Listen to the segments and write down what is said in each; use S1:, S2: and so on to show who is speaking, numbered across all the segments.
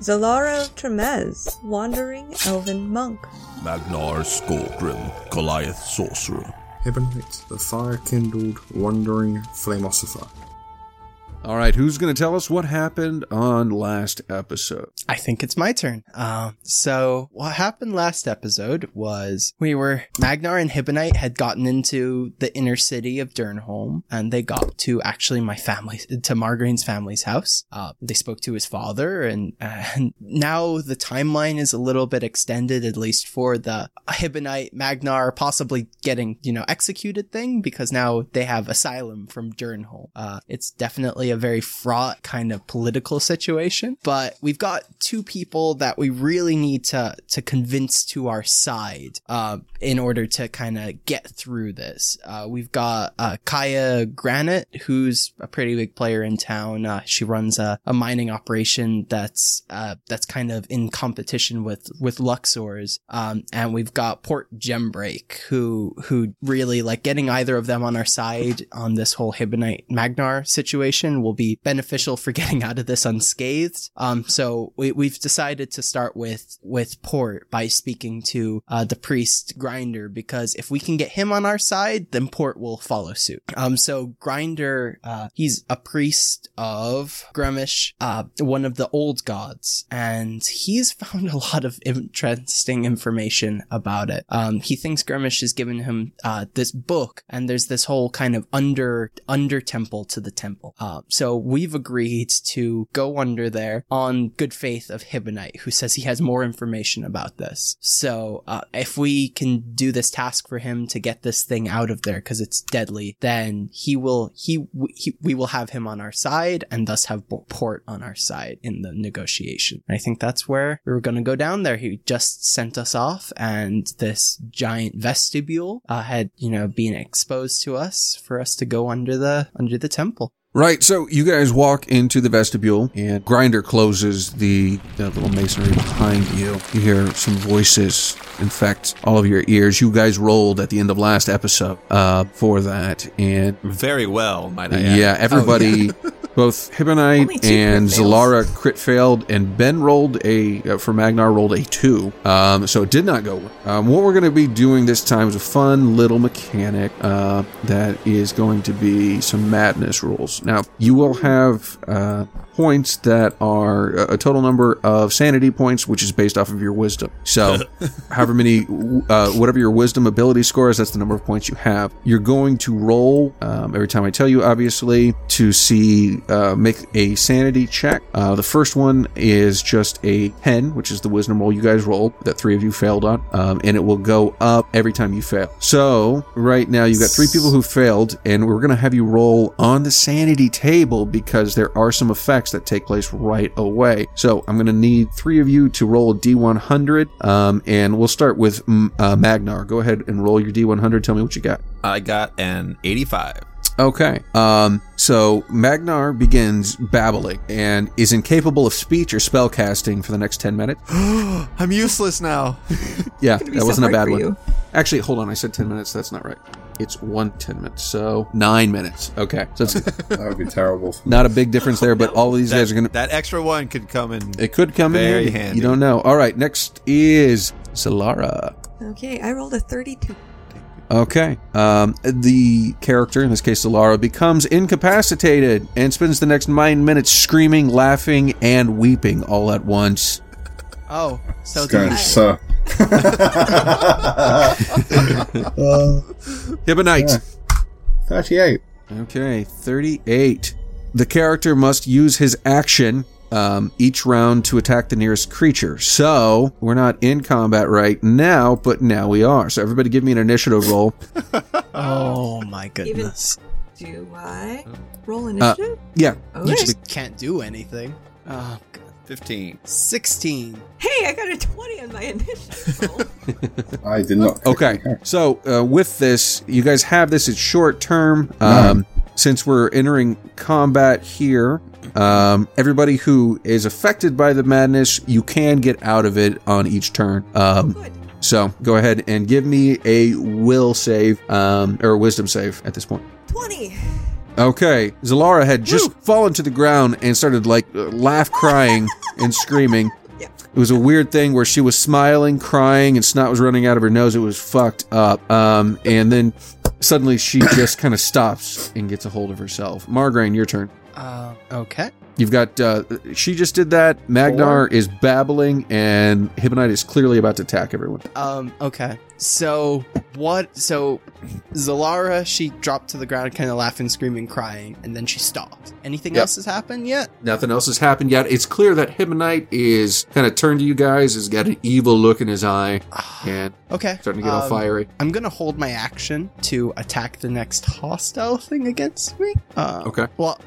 S1: Zalaro Tremez, Wandering Elven Monk.
S2: Magnar Skolgrim, Goliath Sorcerer.
S3: Ebonite, the fire kindled, wandering flamosifer.
S4: All right, who's going to tell us what happened on last episode?
S5: I think it's my turn. Um, so what happened last episode was we were Magnar and Hibonite had gotten into the inner city of Durnholm, and they got to actually my family to Margarine's family's house. Uh, they spoke to his father, and, and now the timeline is a little bit extended, at least for the Hibonite Magnar possibly getting you know executed thing, because now they have asylum from Durnholm. Uh, it's definitely a very fraught kind of political situation, but we've got two people that we really need to to convince to our side uh, in order to kind of get through this. Uh, we've got uh, Kaya Granite, who's a pretty big player in town. Uh, she runs a, a mining operation that's uh, that's kind of in competition with with Luxor's. Um, and we've got Port Gembreak, who who really like getting either of them on our side on this whole Hibonite Magnar situation will be beneficial for getting out of this unscathed. Um, so we, we've decided to start with with Port by speaking to uh, the priest Grinder because if we can get him on our side, then Port will follow suit. Um, so Grinder, uh, he's a priest of Grummish, uh, one of the old gods, and he's found a lot of interesting information about it. Um, he thinks Grummish has given him uh, this book, and there's this whole kind of under under temple to the temple. Uh, so we've agreed to go under there on good faith of Hibonite, who says he has more information about this. So uh, if we can do this task for him to get this thing out of there because it's deadly, then he will he, he we will have him on our side and thus have Bo- Port on our side in the negotiation. And I think that's where we were going to go down there. He just sent us off, and this giant vestibule uh, had you know been exposed to us for us to go under the under the temple.
S4: Right, so you guys walk into the vestibule, and Grinder closes the, the little masonry behind you. You hear some voices infect all of your ears. You guys rolled at the end of last episode uh, for that, and
S2: Very well, might I add.
S4: yeah, everybody, both
S1: Oh, Only
S4: Hibonite
S1: two
S4: and
S1: crit fails.
S4: Zalara crit failed, and Ben rolled a uh, for Magnar rolled a two, um, so it did not go. well. Um, what we're going to be doing this time is a fun little mechanic uh, that is going to be some madness rules. Now you will have. Uh, Points that are a a total number of sanity points, which is based off of your wisdom. So, however many, uh, whatever your wisdom ability score is, that's the number of points you have. You're going to roll um, every time I tell you, obviously, to see uh, make a sanity check. Uh, the first one is just a ten, which is the wisdom roll you guys rolled that three of you failed on, um, and it will go up every time you fail. So right now you've got three people who failed, and we're gonna have you roll on the sanity table because there are some effects that take place right away. So I'm gonna need three of you to roll a d100, um, and we'll start with mm, uh, Magnar. Go ahead and roll your d100. Tell me what you got.
S2: I got an 85.
S4: Okay. Um, so Magnar begins babbling and is incapable of speech or spell casting for the next 10 minutes.
S2: I'm useless now.
S4: Yeah,
S1: gonna be
S4: that
S1: so
S4: wasn't a
S1: hard
S4: bad
S1: for
S4: one.
S1: you.
S4: Actually, hold on. I said 10 minutes. That's not right. It's one 10 minutes. So nine minutes. Okay. So it's
S3: That would be terrible.
S4: not a big difference there, but all of these
S2: that,
S4: guys are going to.
S2: that extra one could come in.
S4: It could come
S2: Very
S4: in handy.
S2: handy.
S4: You don't know. All right. Next is Solara.
S1: Okay, I rolled a 32.
S4: Okay. Um, the character, in this case Solara, becomes incapacitated and spends the next nine minutes screaming, laughing, and weeping all at once.
S5: Oh, so
S3: Going,
S5: the,
S3: sir.
S4: Hibonite.
S3: 38.
S4: Okay, 38. The character must use his action um, each round to attack the nearest creature. So, we're not in combat right now, but now we are. So, everybody give me an initiative roll.
S5: oh my goodness.
S1: Do I roll initiative?
S4: Yeah.
S1: Oh,
S5: Uh, You
S1: okay.
S5: just can't do anything. Oh, God
S2: 15.
S5: 16.
S1: Hey, I got a 20 on my initiative roll.
S3: I did not.
S4: Okay. So uh, with this, you guys have this. It's short term. Um, Since we're entering combat here, um, everybody who is affected by the madness, you can get out of it on each turn. Um,
S1: Good.
S4: so go ahead and give me a will save um, or wisdom save at this point.
S1: 20.
S4: Okay, Zalara had just fallen to the ground and started like uh, laugh, crying, and screaming.
S1: Yeah.
S4: It was a weird thing where she was smiling, crying, and snot was running out of her nose. It was fucked up. Um, and then suddenly she just kind of stops and gets a hold of herself. Margraine, your turn.
S5: Uh, okay.
S4: You've got. Uh, she just did that. Magnar is babbling, and Hibonite is clearly about to attack everyone.
S5: Um, okay. So, what? So, Zalara, she dropped to the ground, kind of laughing, screaming, crying, and then she stopped. Anything
S4: Yep.
S5: else has happened yet?
S4: Nothing else has happened yet. It's clear that Hibonite is kind of turned to you guys. Has got an evil look in his eye, and
S5: Okay.
S4: starting to get all
S5: um,
S4: fiery.
S5: I'm gonna hold my action to attack the next hostile thing against me. Uh,
S4: Okay.
S5: Well,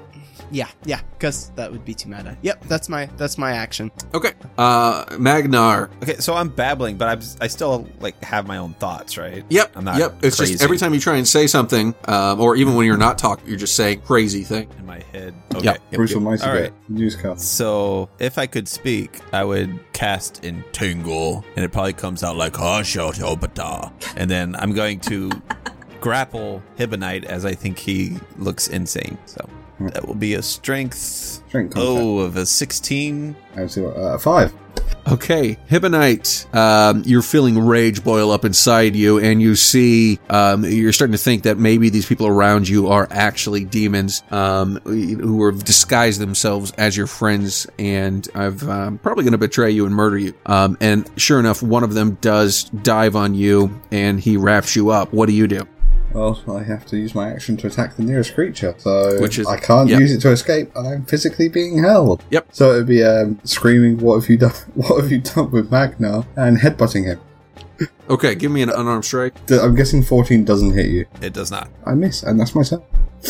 S5: yeah, yeah, because that would be too meta. Yep, that's my that's my action.
S4: Okay. Uh, Magnar.
S2: Okay, so I'm babbling, but I'm, I still like have my own thoughts, right?
S4: Yep.
S2: I'm not
S4: yep. It's
S2: crazy.
S4: just every time you try and say something, um, or even when you're not talking, you're just saying crazy thing.
S2: In my head. Okay.
S4: Yep.
S3: Bruce Almighty
S2: All
S3: Day.
S2: right.
S3: Newscast.
S2: So, if I could speak, I would cast Entangle, and it probably comes out like "Oh, Hashotobata. And then I'm going to grapple Hibonite as I think he looks insane. So, that will be a strength.
S3: Strength contact.
S2: Oh, of a 16.
S3: I see what- uh, five.
S4: Okay, Hibonite, um, you're feeling rage boil up inside you, and you see um, you're starting to think that maybe these people around you are actually demons um, who have disguised themselves as your friends, and I've um, probably going to betray you and murder you. Um, and sure enough, one of them does dive on you, and he wraps you up. What do you do?
S3: Well, I have to use my action to attack the nearest creature, so
S4: Which is-
S3: I can't
S4: yeah.
S3: use it to escape, and I'm physically being held.
S4: Yep.
S3: So it'd be um, screaming, "What have you done? What have you done with Magna?" and headbutting him.
S4: Okay, give me an unarmed strike.
S3: D- I'm guessing 14 doesn't hit you.
S2: It does not.
S3: I miss, and that's my turn.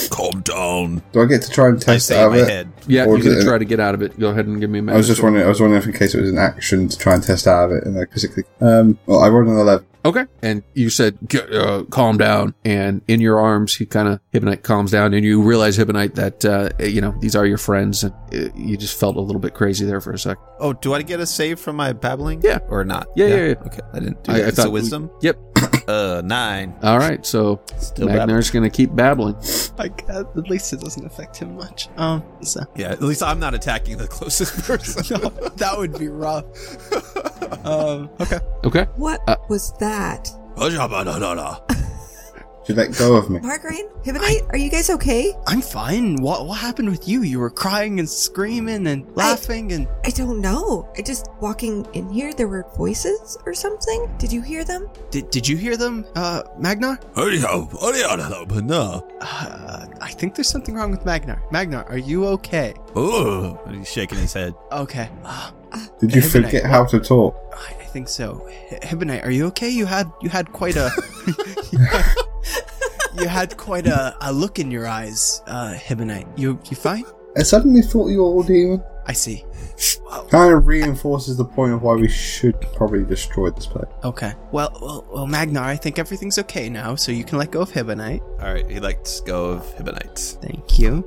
S2: Calm down.
S3: Do I get to try and
S2: I
S3: test
S2: say
S3: out of
S2: in my
S3: it?
S2: head.
S4: Yeah,
S3: Or
S4: you're
S3: is
S4: going
S3: it-
S4: to try to get out of it. Go ahead and give me a
S3: I was just
S4: medicine.
S3: wondering. I was wondering if, in case it was an action, to try and test out of it, and like physically. Um. Well, I rolled an eleven.
S4: Okay. And you said, "Get- uh, calm down. And in your arms, he kind of, Hibonite calms down. And you realize, Hibonite, that, uh, you know, these are your friends. And uh, you just felt a little bit crazy there for a sec.
S2: Oh, do I get a save from my babbling?
S4: Yeah.
S2: Or not?
S4: Yeah, yeah, yeah.
S2: Okay, I didn't do
S4: I-
S2: that.
S4: I
S2: it's a
S4: thought we-
S2: wisdom?
S4: Yep.
S2: uh, nine.
S4: All right. So
S2: Still babbling.
S4: Magnar's going to keep babbling.
S5: I guess, at least it doesn't affect him much. Um, so
S2: Yeah, at least I'm not attacking the closest person.
S5: no, that would be rough. Um, okay.
S4: Okay.
S1: What
S4: Uh,
S1: was that?
S3: She let go of me.
S1: Margarine? Hibonite? Are you guys okay?
S5: I'm fine. What what happened with you? You were crying and screaming and laughing and
S1: I don't know. I just walking in here, there were voices or something. Did you hear them?
S5: did did you hear them, uh, Magnar?
S2: no.
S5: Uh, I think there's something wrong with Magnar. Magnar, are you okay?
S2: Oh, he's shaking his head.
S5: Okay. Uh,
S3: Did you
S5: Hibonite.
S3: forget how to talk?
S5: I, I think so. H- Hibonite, are you okay? You had you had quite a you had quite a, a look in your eyes, uh, Hibonite. You you fine?
S3: I suddenly thought you were all demon.
S5: I see.
S3: Kind of reinforces the point of why we should probably destroy this place.
S5: Okay. Well, well, well, Magnar, I think everything's okay now, so you can let go of Hibonite.
S2: All right, he lets go of Hibonite.
S5: Thank you.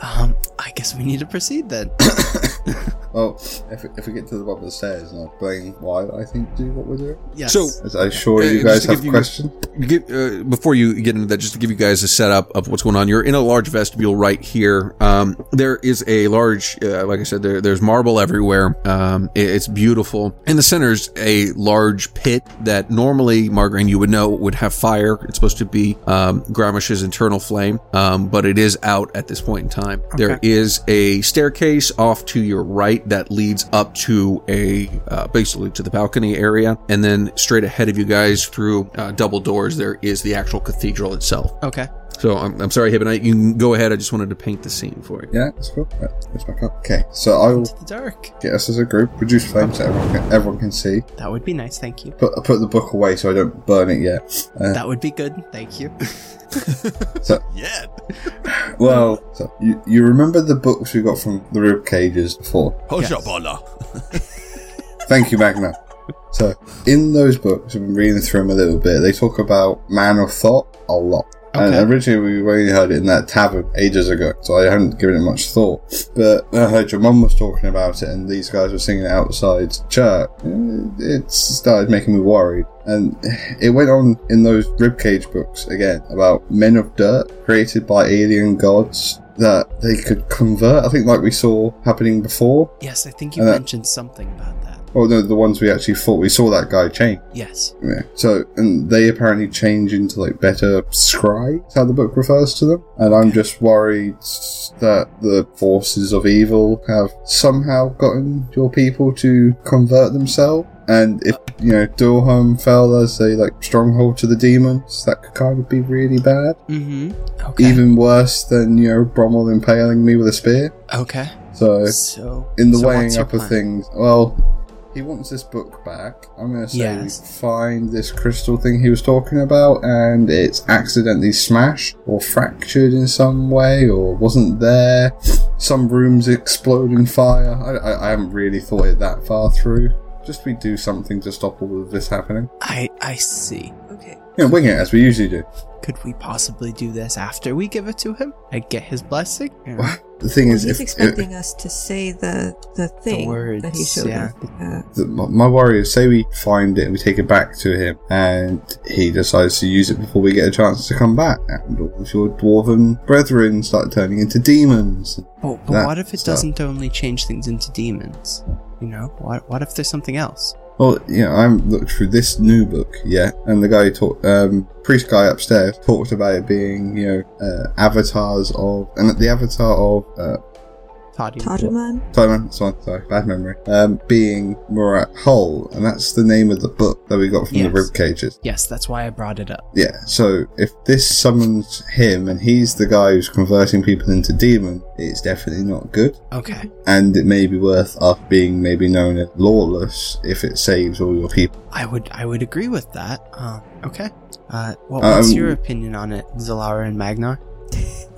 S5: Um, I guess we need to proceed then.
S3: Well, if, if we get to the bottom of the stairs, and I explain why I think do what we're doing.
S5: yes.
S4: So-
S3: As I'm sure
S4: Uh,
S3: you
S4: just
S3: guys
S4: to give
S3: have
S4: you-
S3: questions.
S4: Get, uh, before you get into that, just to give you guys a setup of what's going on, you're in a large vestibule right here. Um, there is a large, uh, like I said, there, there's marble everywhere. Um, it- it's beautiful. In the center is a large pit that normally, Margarine, you would know would have fire. It's supposed to be um, Gramish's internal flame, um, but it is out at this point in time. There is a staircase off to your right that leads up to a uh, basically to the balcony area, and then straight ahead of you guys through uh, double doors far as there is the actual cathedral itself.
S5: Okay.
S4: So I'm, I'm sorry, Hibonite. You can go ahead. I just wanted to paint the scene for you.
S3: Yeah, that's cool. Right, where's my cup? Okay, so I will
S5: Into the dark.
S3: get us as a group, produce flames so everyone can, everyone can see.
S5: That would be nice. Thank you.
S3: Put, put the book away so I don't burn it yet. Uh,
S5: That would be good. Thank you.
S2: Yeah.
S3: well, so you, you remember the books we got from the rib cages before?
S2: Hush
S5: Yes.
S2: up, Allah.
S3: Thank you, Magna. So, in those books, I've been reading through them a little bit. They talk about man of thought a lot.
S5: Okay.
S3: And originally, we only heard it in that tavern ages ago, so I hadn't given it much thought. But I heard your mum was talking about it, and these guys were singing it outside church. It started making me worried. And it went on in those ribcage books again about men of dirt created by alien gods that they could convert. I think, like we saw happening before.
S5: Yes, I think you
S3: And that-
S5: mentioned something about that.
S3: Oh no, the ones we actually fought, we saw that guy change.
S5: Yes.
S3: Yeah. So, and they apparently change into like better scry, is how the book refers to them. And I'm just worried that the forces of evil have somehow gotten your people to convert themselves. And if, you know, Durham fell as a like stronghold to the demons, that could kind of be really bad.
S5: Mm-hmm. Okay.
S3: Even worse than, you know, Brommel impaling me with a spear.
S5: okay.
S3: So,
S5: So
S3: uh, in the
S5: so what's
S3: weighing
S5: your
S3: up of
S5: plan?
S3: things, well, he wants this book back. I'm going to say
S5: Yes.
S3: we find this crystal thing he was talking about, and it's accidentally smashed or fractured in some way, or wasn't there. Some rooms explode in fire. I, I, I haven't really thought it that far through. Just we do something to stop all of this happening.
S5: I I see.
S1: Okay.
S3: You know, wing it as we usually do.
S5: Could we possibly do this after we give it to him? I get his blessing. And
S3: The thing is,
S5: uh,
S1: He's
S3: if,
S1: expecting us to say the the thing
S5: words,
S1: that he showed
S5: yeah.
S1: us. Uh,
S3: The, my my worry is, say we find it and we take it back to him, and he decides to use it before we get a chance to come back. And all of your dwarven brethren start turning into demons.
S5: But, but
S3: That
S5: what if it
S3: stuff.
S5: doesn't only change things into demons? You know, what what if there's something else?
S3: Well, you know, I haven't looked through this new book yet, and the guy who talked, um, priest guy upstairs talked about it being, you know, uh, avatars of, and the avatar of, uh,
S5: Toddy.
S1: Uh, Tajuman?
S3: Simon, this one, sorry, bad memory, um, being Murat Hole, and that's the name of the book that we got from
S5: Yes.
S3: the rib cages.
S5: Yes, that's why I brought it up.
S3: Yeah, so if this summons him and he's the guy who's converting people into demon, it's definitely not good.
S5: Okay.
S1: Mm-hmm.
S3: And it may be worth us being maybe known as lawless if it saves all your people.
S5: I would I would agree with that. Um, okay. Uh, what,
S3: Um,
S5: what's your opinion on it, Zalara and Magnar?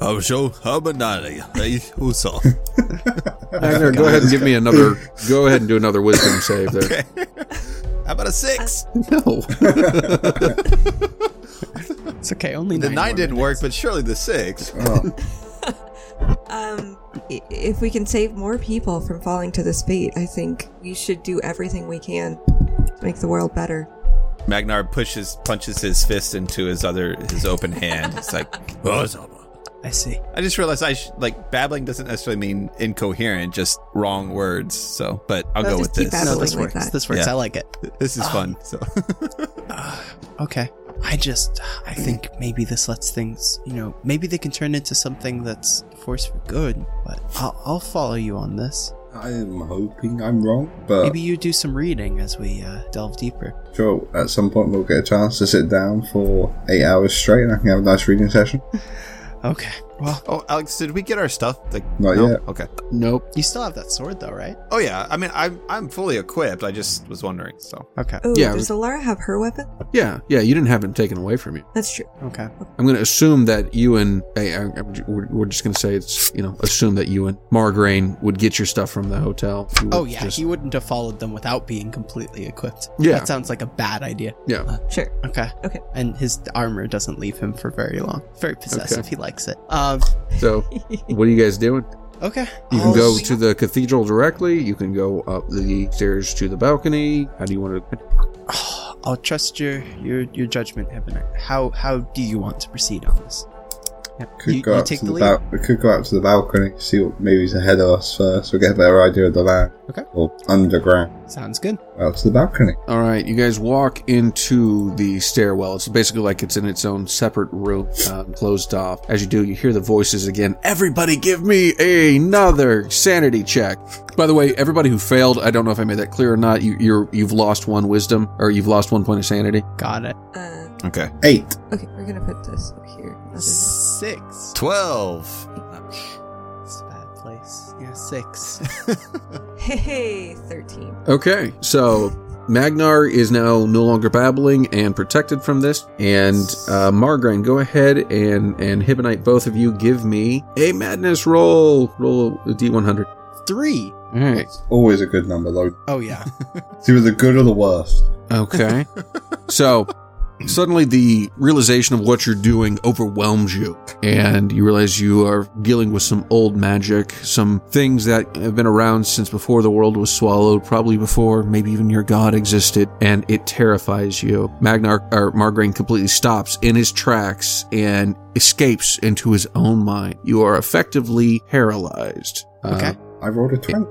S2: I'm so harmonizing.
S4: Magnar, go ahead and give me another. Go ahead and do another wisdom save there.
S2: How about a six?
S4: No.
S5: It's okay. Only
S2: The
S5: nine
S2: nine
S5: more
S2: didn't
S5: minutes.
S2: work, but surely the six.
S3: Oh,
S1: Um, i- if we can save more people from falling to this fate, I think we should do everything we can to make the world better.
S2: Magnar pushes, punches his fist into his other, his open hand. It's like, "Oh, Zama."
S5: I see.
S2: I just realized I sh- like babbling doesn't necessarily mean incoherent, just wrong words. So, but I'll
S1: No,
S2: go
S1: just
S2: with
S1: keep
S2: this.
S5: No,
S1: Something
S5: this
S1: like
S5: works.
S1: that.
S5: This works.
S2: Yeah.
S5: I like it.
S2: This is fun. So,
S5: Okay. I just, I think maybe this lets things, you know, maybe they can turn into something that's a force for good. But I'll, I'll follow you on this.
S3: I am hoping I'm wrong, but
S5: Maybe you do some reading as we uh, delve deeper.
S3: sure, at some point we'll get a chance to sit down for eight hours straight and I can have a nice reading session.
S5: Okay. Well,
S2: oh, Alex, did we get our stuff? Like,
S3: Not
S2: no?
S3: yet.
S2: Okay.
S4: Nope.
S5: you still have that sword though, right?
S2: Oh yeah. I mean, I'm I'm fully equipped. I just was wondering. So,
S5: Okay.
S1: Oh,
S4: Yeah,
S1: does Alara have her weapon?
S4: Yeah, yeah. You didn't have him taken away from you.
S1: That's true.
S5: Okay.
S4: I'm going to assume that you and I, I, I- we're, we're just going to say it's you know assume that you and Margraine would get your stuff from the hotel. You would
S5: Oh, yeah.
S4: just-
S5: He wouldn't have followed them without being completely equipped.
S4: Yeah.
S5: That sounds like a bad idea.
S4: Yeah.
S1: Sure.
S5: Okay.
S1: Okay.
S5: And his armor doesn't leave him for very long. Very possessive. He likes it. Um,
S4: so what are you guys doing?
S5: okay.
S4: You can
S5: I'll-
S4: go to the cathedral directly. You can go up the stairs to the balcony. How do you want to?
S5: I'll trust your your your judgment, Ebonite. How how do you want to proceed on this? Yeah,
S3: Could
S5: you,
S3: go
S5: you
S3: out
S5: take
S3: to
S5: the
S3: the,
S5: lead.
S3: bal- we could go out to the balcony, see what maybe's ahead of us first. We'll get a better idea of the land.
S5: Okay.
S3: Or underground.
S5: Sounds good.
S3: Out to the balcony.
S4: All right, you guys walk into the stairwell. It's basically like it's in its own separate room, um, closed off. As you do, you hear the voices again. Everybody, give me another sanity check. By the way, everybody who failed, I don't know if I made that clear or not. You, you're you've lost one wisdom, or you've lost one point of sanity.
S5: Got it.
S1: Uh,
S2: Okay.
S3: Eight.
S1: Okay, we're gonna put this up here. Other-
S5: Six.
S2: 12.
S5: It's a bad place. Yeah, six.
S1: Hey, thirteen.
S4: Okay, so Magnar is now no longer babbling and protected from this. And uh, Margarine, go ahead and and Hibonite, both of you, give me a madness roll. Roll a d100.
S5: Three.
S4: All right.
S3: Always a good number, though.
S5: Oh yeah.
S3: It's either the good or the worst.
S4: Okay. so suddenly the realization of what you're doing overwhelms you and you realize you are dealing with some old magic some things that have been around since before the world was swallowed probably before maybe even your god existed and it terrifies you magnar or margarine completely stops in his tracks and escapes into his own mind you are effectively paralyzed Uh,
S5: Okay.
S3: I rolled a 20.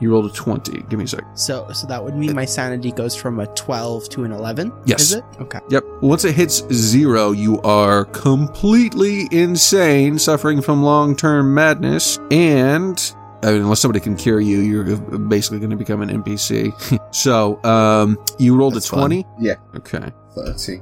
S4: you rolled a 20 give me a sec
S5: So so that would mean my sanity goes from a twelve to an eleven.
S4: Yes.
S5: Is it? Okay.
S4: Yep. Once it hits zero, you are completely insane, suffering from long term madness, and. I mean, unless somebody can cure you, you're basically going to become an NPC. so, um, you rolled
S2: That's
S4: a
S2: fun.
S4: 20?
S3: Yeah.
S4: Okay.
S3: 30.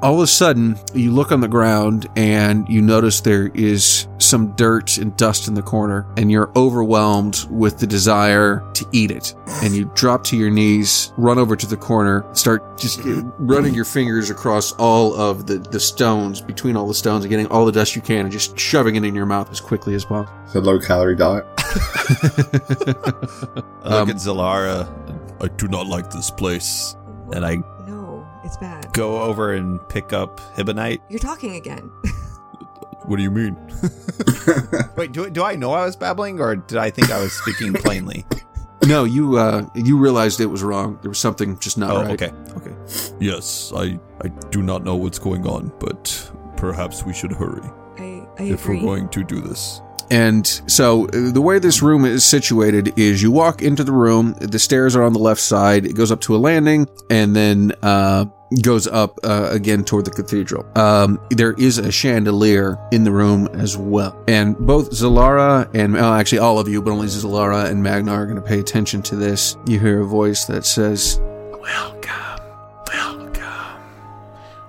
S4: All of a sudden, you look on the ground and you notice there is some dirt and dust in the corner, and you're overwhelmed with the desire to eat it. And you drop to your knees, run over to the corner, start just uh, running your fingers across all of the, the stones, between all the stones, and getting all the dust you can, and just shoving it in your mouth as quickly as possible.
S3: It's a low calorie diet.
S2: I look
S4: Um,
S2: at Zalara. I do not like this place. And I
S1: No, it's bad.
S2: go over and pick up Hibonite.
S1: You're talking again.
S2: What do you mean? Wait, do, do I know I was babbling or did I think I was speaking plainly?
S4: no, you uh, you realized it was wrong. There was something just not
S2: oh,
S4: right.
S2: okay. Okay. Yes, I, I do not know what's going on, but perhaps we should hurry
S1: I, I agree.
S2: to do this.
S4: And so uh, the way this room is situated is you walk into the room, the stairs are on the left side, it goes up to a landing, and then uh, goes up uh, again toward the cathedral. Um, there is a chandelier in the room as well. And both Zalara and, well, actually all of you, but only Zalara and Magnar are going to pay attention to this. You hear a voice that says, Welcome, welcome.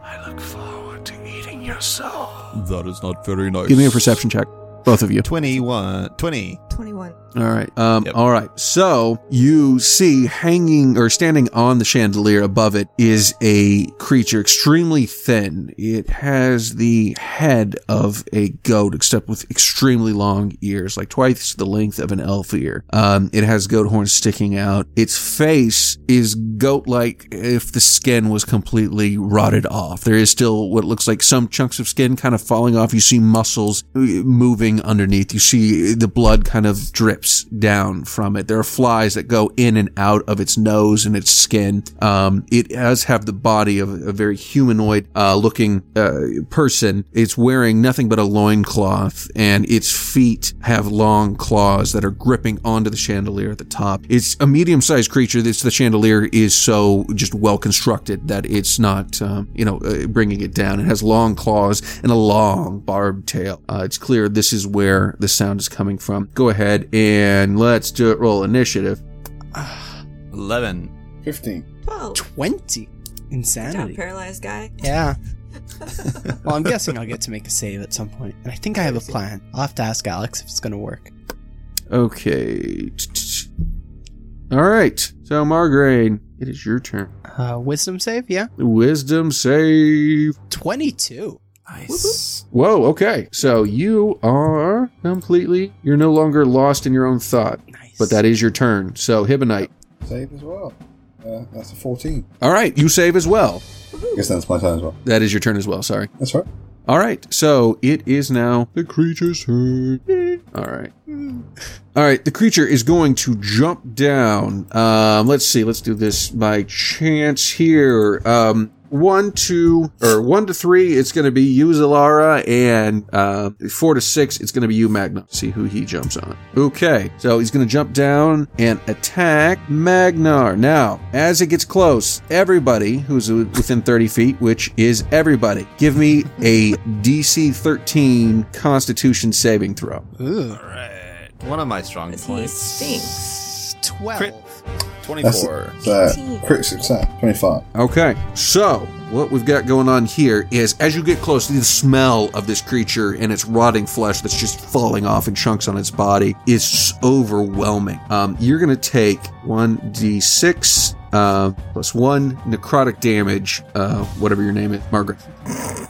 S4: I look forward to eating your soul.
S2: That is not very nice.
S4: Give me a perception check, both of you.
S2: 21. 20.
S1: Twenty-one.
S4: All right. Um,
S2: Yep.
S4: All right. So you see hanging or standing on the chandelier above it is a creature extremely thin. It has the head of a goat, except with extremely long ears, like twice the length of an elf ear. Um, it has goat horns sticking out. Its face is goat like if the skin was completely rotted off. There is still what looks like some chunks of skin kind of falling off. You see muscles uh, moving underneath. You see the blood kind of drips down from it. There are flies that go in and out of its nose and its skin. Um, it does have the body of a very humanoid uh, looking uh, person. It's wearing nothing but a loincloth, and its feet have long claws that are gripping onto the chandelier at the top. It's a medium sized creature. This, the chandelier is so just well constructed that it's not, um, you know, uh, bringing it down. It has long claws and a long barbed tail. Uh, it's clear this is where the sound is coming from. Go ahead and let's do it. Roll initiative.
S5: Ah,
S2: 11.
S3: 15.
S1: Twelve.
S5: Twenty.
S1: Good job,
S5: Insanity.
S1: paralyzed guy.
S5: Yeah. well, I'm guessing I'll get to make a save at some point, and I think I have a plan. I'll have to ask Alex if it's gonna work.
S4: Okay. All right. So, Margraine, it is your turn.
S5: Uh, wisdom save, yeah.
S4: Wisdom save.
S5: Twenty-two.
S2: Nice.
S4: Whoa, okay. So you are completely, you're no longer lost in your own thought,
S5: Nice.
S4: but that is your turn. So, Hibonite.
S3: Save as well. Uh, that's a 14.
S4: All right, you save as well.
S3: I guess that's my turn as well.
S4: That is your turn as well, sorry.
S3: That's right.
S4: All right, so it is now the creature's turn. All right. All right, the creature is going to jump down. Um, let's see, let's do this by chance here. Um, one, two, or one to three, it's going to be you, Zalara, and uh, four to six, it's going to be you, Magna. See who he jumps on. Okay, so he's going to jump down and attack Magnar. Now, as it gets close, everybody who's within 30 feet, which is everybody, give me a DC 13 Constitution saving throw.
S5: Ooh,
S2: All right. One of my strong
S1: Does he
S2: points.
S5: twelve.
S2: Crit.
S3: That's
S2: 24.
S3: uh, quick success. 25.
S4: Okay, so what we've got going on here is as you get close, the smell of this creature and its rotting flesh that's just falling off in chunks on its body is overwhelming. Um, you're going to take 1d6 uh, plus one necrotic damage, uh, whatever your name is, Margaret.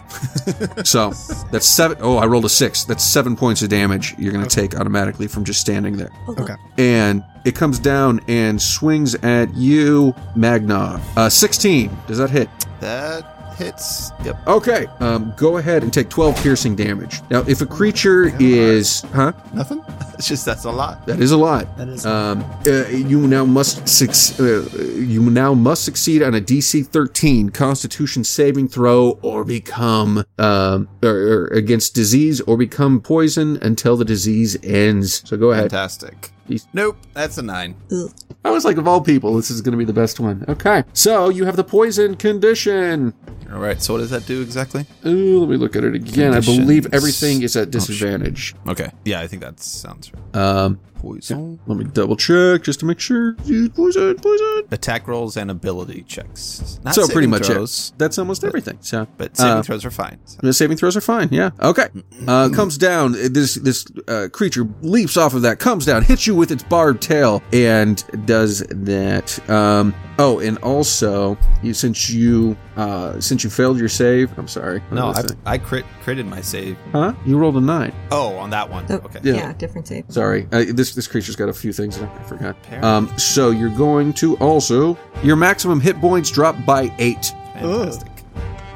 S4: so that's seven oh I rolled a six. That's seven points of damage you're going to take automatically from just standing there
S5: Okay.
S4: and it comes down and swings at you, Magna. Uh, 16. Does that hit?
S2: That hits. Yep.
S4: Okay. Um, go ahead and take 12 piercing damage. Now, if a creature is. Huh?
S5: Nothing?
S2: It's just that's a lot.
S4: That is a lot.
S5: That is-
S4: Um, uh, you now must suc- uh, you now must succeed on a DC 13 Constitution saving throw or become um, or, or against disease or become poison until the disease ends. So go ahead.
S2: Fantastic.
S4: These-
S2: Nope, that's a nine.
S1: Ugh.
S4: I was like, of all people, this is going to be the best one. Okay. So you have the poison condition.
S2: All right. So what does that do exactly?
S4: Ooh, let me look at it again. I
S2: Conditions.
S4: believe everything is at disadvantage.
S2: Okay. Yeah, I think that sounds right.
S4: Um,
S2: Poison.
S4: let me double check just to make sure. Dude, Poison, poison.
S2: Attack rolls and ability checks. Not
S4: So pretty
S2: saving
S4: much
S2: throws,
S4: it. That's almost everything. So,
S2: But saving
S4: Uh,
S2: throws are fine. So-
S4: The saving throws are fine. Yeah. Okay. Uh, comes down. This this uh, creature leaps off of that. Comes down. Hits you with its barbed tail and does that. Um, oh, and also you, since you uh, since you failed your save. I'm sorry.
S2: No,
S4: What
S2: I,
S4: is that?
S2: I crit critted my save.
S4: huh? You rolled a nine.
S2: Oh, on that one.
S1: Oh,
S2: Okay.
S1: yeah.
S4: Yeah.
S1: different save.
S4: Sorry, uh, this this creature's got a few things that I forgot. Um, so you're going to also your maximum hit points drop by eight.
S2: Fantastic.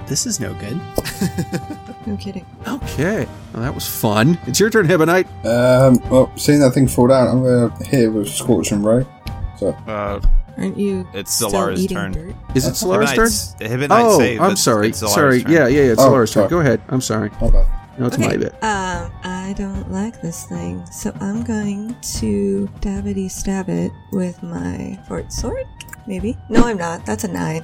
S5: This is no good.
S1: No kidding.
S4: Okay, well, that was fun. It's your turn, Hibonite.
S3: Um, well, seeing that thing fall down, I'm gonna hit it with Scorching Ray. So,
S2: Uh,
S1: Aren't you?
S2: it's
S1: still
S2: Solara's
S1: eating
S2: turn.
S1: dirt?
S4: Is it Solara's turn?
S2: Hibonite's- Hibonite
S4: Oh,
S2: saved,
S4: I'm
S2: it's-
S4: sorry.
S2: it's Solara's
S4: sorry.
S2: turn.
S4: Yeah, yeah, yeah. It's
S3: Oh,
S4: Solara's turn.
S3: sorry.
S4: Go ahead. I'm sorry.
S3: my bad.
S4: No, it's my bit.
S1: Um, I don't like this thing, so I'm going to dabbity stab it with my short sword. Maybe. No, I'm not. That's a nine.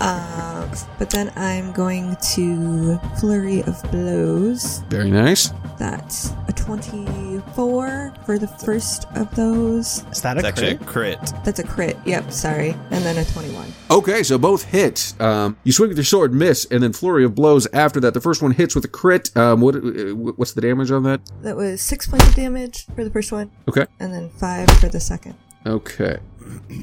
S1: um, but then I'm going to flurry of blows.
S4: Very nice.
S1: That's a 24 for the first of those.
S5: Is that
S2: It's
S5: a
S2: actually a
S5: crit?
S2: crit.
S1: That's a crit. Yep, sorry. And then a 21.
S4: Okay, so both hit. Um, you swing with your sword, miss, and then flurry of blows. After that, the first one hits with a crit. Um, what uh, what's the damage on that?
S1: That was six points of damage for the first one,
S4: Okay.
S1: and then five for the second.
S4: Okay.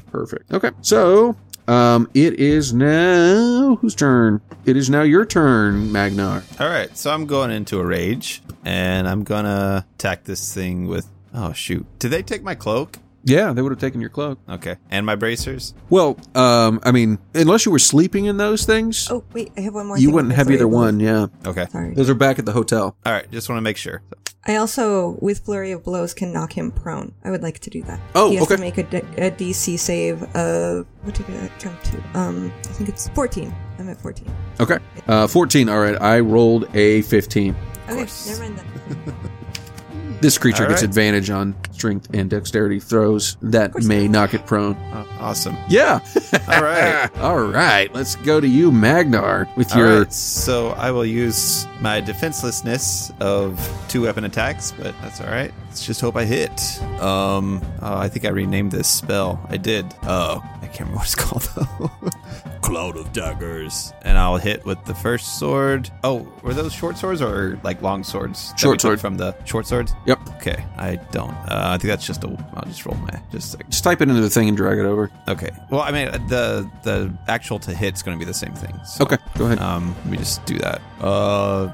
S4: Perfect. Okay. So, um, it is now whose turn? It is now your turn, Magnar.
S2: All right, so I'm going into a rage, and I'm gonna attack this thing with. Oh shoot! Did they take my cloak?
S4: Yeah, they would have taken your cloak.
S2: Okay, and my bracers.
S4: Well, um, I mean, unless you were sleeping in those things,
S1: Oh, wait, I have one more.
S4: you
S1: thing
S4: wouldn't
S1: with
S4: have
S1: flurry
S4: either
S1: of blows.
S4: one. Yeah,
S2: Okay,
S1: Sorry.
S4: those are back at the hotel.
S2: all right. Just want to make sure.
S1: I also, with flurry of blows, can knock him prone. I would like to do that.
S4: Oh,
S1: he has
S4: okay.
S1: to make a, d- a DC save of what did I jump to? Um, I think it's fourteen. I'm at fourteen.
S4: Okay, uh, fourteen. All right, I rolled a fifteen.
S1: Okay, never mind that.
S4: This creature
S2: All
S4: gets
S2: right.
S4: advantage on strength and dexterity throws that may knock it prone.
S2: Oh, awesome.
S4: Yeah.
S2: All right.
S4: All right, let's go to you, Magnar, with
S2: All
S4: your
S2: right. So I will use my defenselessness of two weapon attacks, but that's all right. Let's just hope I hit. Um, oh, I think I renamed this spell. I did. Oh, I can't remember what it's called though. Cloud of daggers, and I'll hit with the first sword. Oh, were those short swords or like long swords? that we
S4: Short
S2: took
S4: sword.
S2: from the short swords.
S4: Yep.
S2: Okay, I don't. Uh, I think that's just a. I'll just roll my just. A,
S4: Just type it into the thing and drag it over.
S2: okay. Well, I mean the the actual to hit's going to be the same thing. So.
S4: Okay, go ahead.
S2: Um, let me just do that. Uh,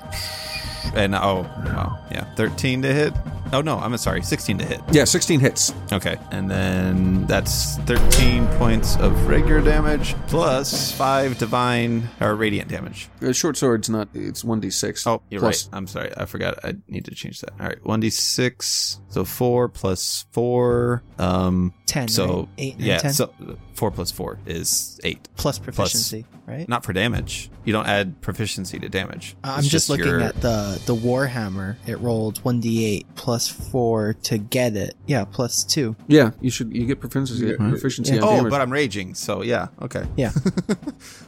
S2: and oh, wow, yeah, thirteen to hit. Oh no, I'm sorry, sixteen to hit.
S4: Yeah, 16 hits.
S2: Okay, and then that's thirteen points of regular damage plus five divine or radiant damage.
S4: Uh, short sword's not, it's 1d6.
S2: Oh, you're
S4: Plus-
S2: right. I'm sorry, I forgot. I need to change that. All right, one d six. So four plus four. Um,
S5: Ten,
S2: So
S5: right? Eight and
S2: yeah.
S5: ten?
S2: So four plus four is eight.
S5: Plus proficiency, right? Uh,
S2: Not for damage. You don't add proficiency to damage.
S5: I'm
S2: It's
S5: just, looking
S2: your-
S5: at the the warhammer. It rolled 1d8 plus 4 to get it. Yeah, plus 2.
S4: Yeah, you should, you get proficiency,
S3: Yeah.
S4: proficiency
S5: Yeah.
S4: on
S2: oh,
S4: damage.
S2: but I'm raging, so yeah, okay.
S5: Yeah.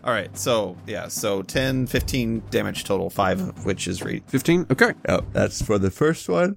S2: All right, so yeah, so 10, 15 damage total, five of which is rage.
S4: 15? Okay.
S2: Oh, that's for the first one,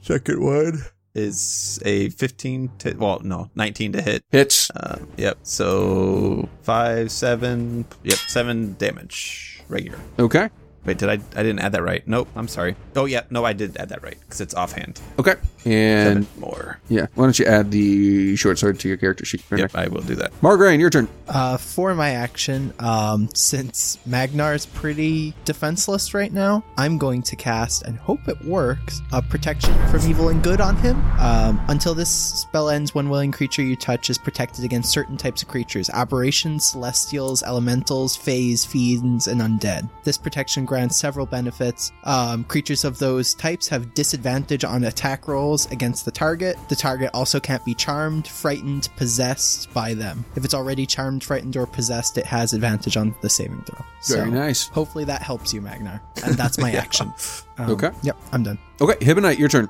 S2: second one, is a 15 to, well, no, 19 to hit.
S4: Hits.
S2: Uh, yep. So five, seven. Yep, seven damage. Regular.
S4: Okay.
S2: Wait, did I? I didn't add that right. Nope. I'm sorry. Oh yeah, no, I did add that right because it's offhand.
S4: Okay. And
S2: Seven more.
S4: yeah, why don't you add the short sword to your character sheet? Right
S2: Yep, I will do that.
S4: Margraine, your turn.
S5: Uh, for my action, um, since Magnar is pretty defenseless right now, I'm going to cast and hope it works a protection from evil and good on him. Um, until this spell ends, one willing creature you touch is protected against certain types of creatures aberrations, celestials, elementals, fays, fiends, and undead. This protection grants several benefits. Um, creatures of those types have disadvantage on attack rolls against the target. The target also can't be charmed, frightened, possessed by them. If it's already charmed, frightened, or possessed, it has advantage on the saving throw.
S4: Very
S5: so,
S4: nice.
S5: Hopefully that helps you, Magnar. And that's my action. Um,
S4: Okay.
S5: Yep, I'm done.
S4: Okay, Hibonite, your turn.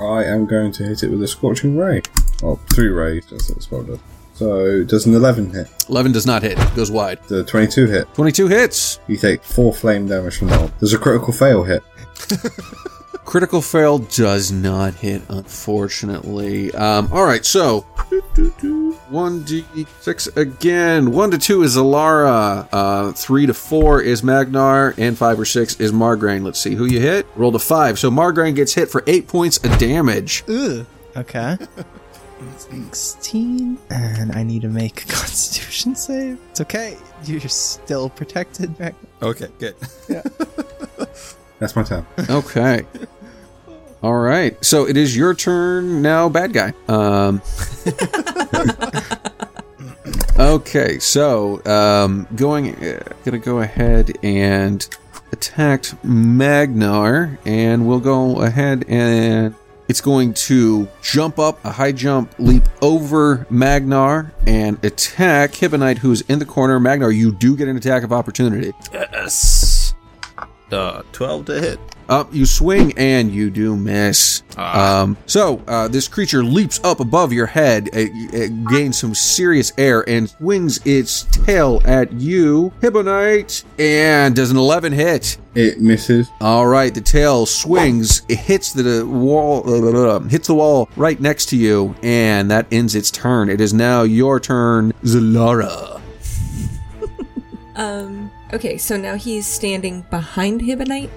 S3: I am going to hit it with a scorching ray. Well, three rays, that's what the spell does. So, does an 11 hit?
S4: 11 does not hit. Goes wide.
S3: The 22 hit?
S4: 22 hits.
S3: You take four flame damage from that one. There's a critical fail hit.
S4: Critical fail does not hit, unfortunately. Um, all right, so one d six again. One to two is Alara. Uh, three to four is Magnar, and five or six is Margraine. Let's see who you hit. Rolled a five, so Margraine gets hit for eight points of damage.
S5: Ooh. Okay. 16. And I need to make a constitution save. It's okay. You're still protected, Magnar.
S2: Okay, good.
S3: That's my turn.
S4: Okay. All right, so it is your turn now, bad guy. Um, okay, so um, going, uh, gonna go ahead and attacked Magnar, and we'll go ahead and it's going to jump up a high jump, leap over Magnar, and attack Hibonite, who's in the corner. Magnar, you do get an attack of opportunity.
S2: Yes. Uh, twelve to hit.
S4: Up, you swing and you do miss. Um, so uh, this creature leaps up above your head, it, it gains some serious air, and swings its tail at you, Hibonite, and does an 11 hit.
S3: It misses.
S4: All right, the tail swings, it hits the wall, blah, blah, blah, hits the wall right next to you, and that ends its turn. It is now your turn, Zalara.
S1: Um. Okay, so now he's standing behind Hibonite.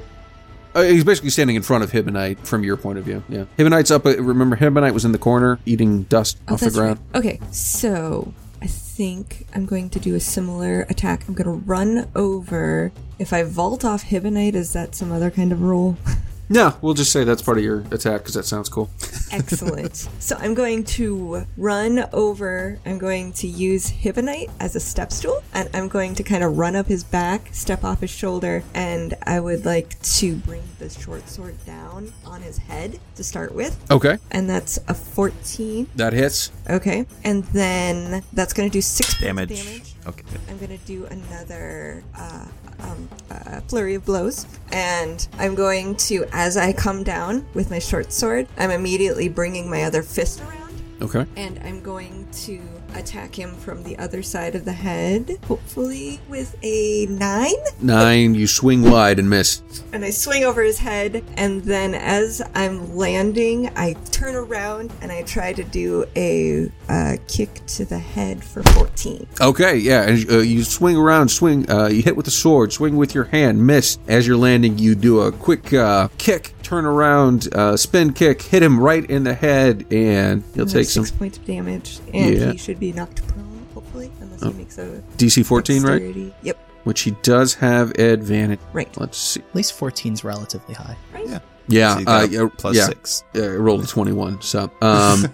S4: Uh, he's basically standing in front of Hibonite from your point of view. Yeah, Hibonite's up. uh, Remember, Hibonite was in the corner eating dust off the
S1: Oh, that's
S4: ground.
S1: right. Okay, so I think I'm going to do a similar attack. I'm going to run over. If I vault off Hibonite, is that some other kind of rule?
S4: No, we'll just say that's part of your attack because that sounds cool.
S1: Excellent. so I'm going to run over. I'm going to use Hibonite as a step stool, and I'm going to kind of run up his back, step off his shoulder, and I would like to bring the short sword down on his head to start with.
S4: Okay,
S1: And that's a 14.
S4: that hits.
S1: Okay. And then that's going to do six points of
S2: Damage.
S1: damage.
S2: Okay.
S1: I'm gonna do another uh, um, uh, flurry of blows, and I'm going to, as I come down with my short sword, I'm immediately bringing my other fist around,
S4: Okay,
S1: and I'm going to attack him from the other side of the head, hopefully with a nine.
S4: nine. You swing wide and miss.
S1: And I swing over his head, and then as I'm landing, I turn around and I try to do a uh, kick to the head for 14.
S4: Okay, yeah. And, uh, you swing around, swing. Uh, you hit with the sword, swing with your hand, miss. As you're landing, you do a quick uh, kick, turn around, uh, spin kick, hit him right in the head, and he'll
S1: Another
S4: take some
S1: six points of damage, and
S4: Yeah.
S1: he should be knocked prone, hopefully, unless he makes a
S4: DC 14, right?
S1: dexterity- Yep,
S4: Which he does have advantage.
S1: right,
S4: Let's see.
S5: At least 14's relatively high.
S1: right.
S2: Yeah.
S4: Yeah,
S2: So you
S4: uh,
S2: got
S4: yeah,
S2: plus
S4: yeah,
S2: six.
S4: Yeah, I rolled a 21. So, um,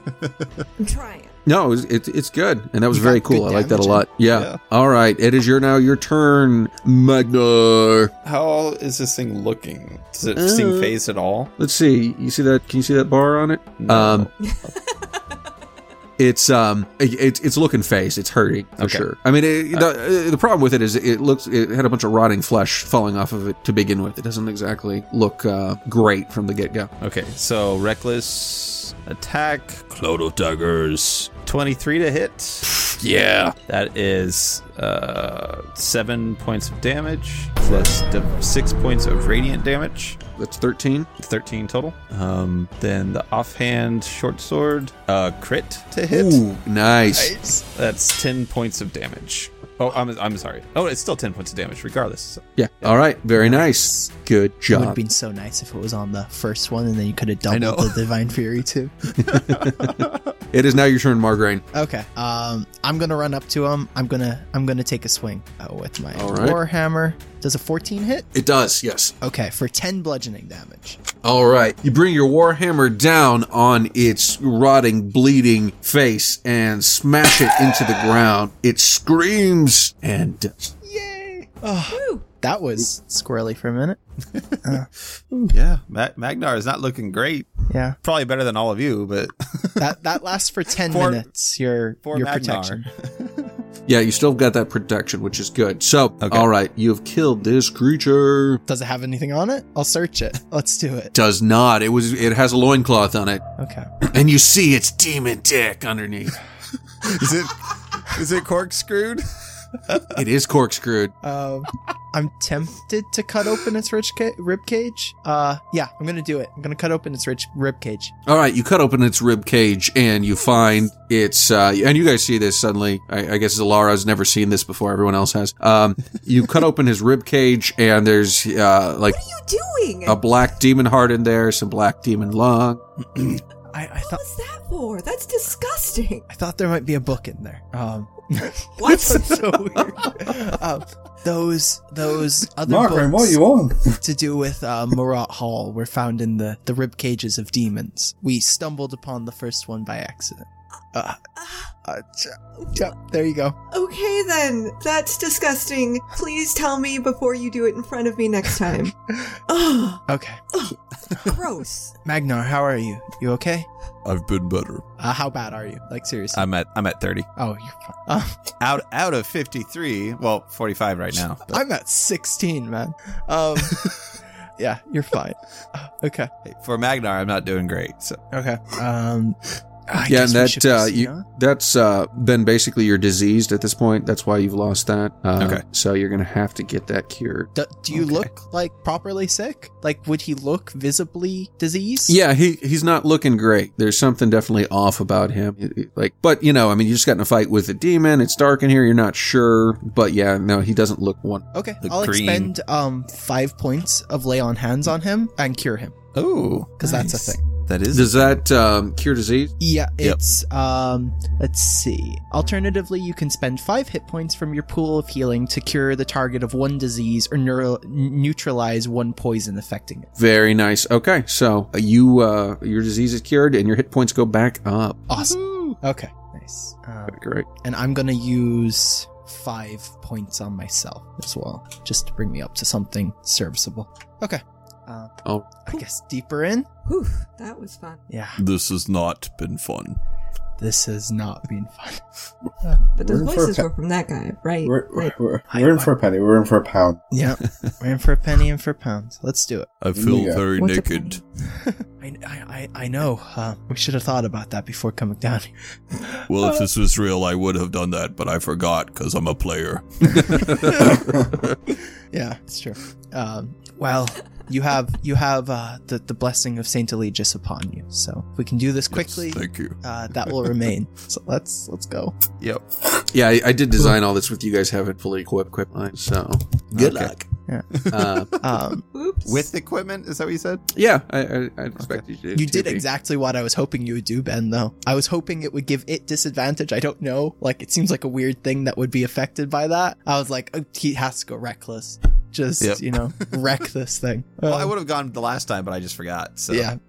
S1: I'm trying.
S4: no, it's it, it's good, and that was
S5: You
S4: very
S5: got good
S4: cool. I like that a
S5: damage in.
S4: lot. Yeah.
S2: Yeah.
S4: All right, it is your now your turn, Magnar.
S2: How is this thing looking? Does it seem
S4: Uh.
S2: phased at all?
S4: Let's see. You see that? Can you see that bar on it?
S2: No.
S4: Um, it's um, it, it's- it's looking phased. It's hurting for
S2: Okay.
S4: sure. I mean, it, the, uh, the problem with it is it looks it had a bunch of rotting flesh falling off of it to begin with. It doesn't exactly look uh, great from the get go.
S2: Okay, so reckless attack, clodal daggers, twenty-three to hit. yeah. That is uh, seven points of damage plus the six points of radiant damage.
S4: That's 13.
S2: 13 total. Um, then the offhand short sword, uh, crit to hit.
S4: Ooh, nice.
S2: That's 10 points of damage. Oh, I'm, I'm sorry. Oh, it's still 10 points of damage, regardless.
S4: Yeah. All right. Very nice. Good
S5: It would have
S4: job.
S5: been so nice if it was on the first one, and then you could have doubled
S2: know.
S5: the Divine Fury too.
S4: It is now your turn, Margarine.
S5: Okay. Um, I'm gonna run up to him. I'm gonna I'm gonna take a swing uh, with my
S4: All right.
S5: warhammer. Does a 14 hit?
S4: It does, yes.
S5: Okay, for 10 bludgeoning damage.
S4: All right. You bring your warhammer down on its rotting, bleeding face and smash it into the ground. It screams and dies.
S5: Yay! Oh,
S1: Woo!
S5: that was squirrely for a minute.
S2: Yeah. Ma- Magnar is not looking great.
S5: Yeah.
S2: Probably better than all of you, but
S5: That that lasts for 10
S2: For-
S5: minutes. Your
S2: for
S5: your
S2: Magnar.
S5: protection.
S4: Yeah, you still got that protection, which is good. So,
S2: Okay.
S4: all right, you have killed this creature.
S5: Does it have anything on it? I'll search it. Let's do it.
S4: Does not. It was. It has a loincloth on it,
S5: Okay.
S4: and you see its demon dick underneath.
S2: is it is it corkscrewed?
S4: It is corkscrewed.
S5: Um, I'm tempted to cut open its rich ca- rib cage. Uh, yeah, I'm gonna do it. I'm gonna cut open its rich rib cage.
S4: All right, you cut open its rib cage and you find it's. Uh, and you guys see this suddenly. I, I guess Zalara's never seen this before. Everyone else has. Um, you cut open his rib cage and there's uh, like
S1: What are you doing?
S4: a black demon heart in there, some black demon lung.
S5: I, I thought
S1: What's that for? That's disgusting.
S5: I thought there might be a book in there. Um,
S1: What?
S5: That's so weird. Um, those those other
S3: Margaret,
S5: books
S3: what are you on?
S5: to do with uh, Marat Hall were found in the the rib cages of demons. We stumbled upon the first one by accident. Uh,
S1: Ah,
S5: uh, ch- ch- there you go.
S1: okay then. That's disgusting. Please tell me before you do it in front of me next time. Ugh,
S5: Okay,
S1: gross.
S5: Magnar, how are you? You okay?
S2: I've been better.
S5: Uh, how bad are you? Like seriously?
S2: I'm at I'm at 30.
S5: oh, you're fine. Um,
S2: Out out of 53, well, 45 right now. but-
S5: I'm at 16, man. Um, yeah, you're fine. Uh, okay,
S2: Hey, for Magnar, I'm not doing great. So
S5: okay. Um, I
S4: yeah, and
S5: guess we should
S4: that uh,
S5: proceed
S4: you
S5: on.
S4: that's uh, been basically you're diseased at this point. That's why you've lost that. Uh,
S2: Okay.
S4: so you're gonna have to get that cured.
S5: Do, do you
S2: Okay.
S5: look like properly sick? Like, would he look visibly diseased?
S4: Yeah, he he's not looking great. There's something definitely off about him. It- it- Like, but you know, I mean, you just got in a fight with a demon. It's dark in here. You're not sure, but yeah, no, he doesn't look one.
S5: Okay,
S2: The
S5: I'll
S2: green.
S5: expend um five points of lay on hands on him and cure him
S2: Oh,
S5: because that's a thing.
S2: That is
S4: Does that um, cure disease?
S5: Yeah,
S2: Yep.
S5: it's um. Let's see. Alternatively, you can spend five hit points from your pool of healing to cure the target of one disease or neuro- neutralize one poison affecting it.
S4: Very nice. Okay, so uh, you uh, your disease is cured and your hit points go back up. Oh,
S5: Awesome. Okay. Nice. Um,
S4: Great.
S5: and I'm gonna use five points on myself as well, just to bring me up to something serviceable. Okay. Uh,
S4: Oh.
S5: I guess deeper in.
S1: Whew, that was fun.
S5: Yeah,
S2: This has not been fun.
S5: this has not been fun.
S1: But those
S3: We're in for a
S1: voices
S3: pe-
S1: were from that guy, right?
S3: We're, we're,
S1: Like,
S3: we're, we're in for a penny. We're in for a pound.
S5: Yeah, we're in for a penny and for a pound. Let's do it.
S2: I
S3: feel Yeah.
S2: very
S1: what's a penny?
S5: I, I, I, I know. Uh, we should have thought about that before coming down. here.
S2: Well, if this was real, I would have done that, but I forgot because I'm a player.
S5: Yeah, it's true. Um, well, you have you have uh, the the blessing of Saint Eligius upon you. So if we can do this quickly,
S2: you.
S5: uh, that will remain. So let's let's go.
S2: Yep.
S4: Yeah, I, I did design all this with you guys having fully equipped quip lines, so
S2: Good luck.
S5: Yeah.
S4: Uh,
S5: Um,
S1: oops.
S2: With equipment, is that what you said?
S4: yeah, I, I, I expect you to.
S5: You
S4: to
S5: did
S4: be.
S5: exactly what I was hoping you would do, Ben, though. I was hoping it would give it disadvantage. I don't know. Like, it seems like a weird thing that would be affected by that. I was like, oh, he has to go reckless. Just,
S2: Yep.
S5: you know, wreck this thing.
S2: Well, I
S5: Um,
S2: would have gone the last time, but I just forgot. So
S5: Yeah.
S2: I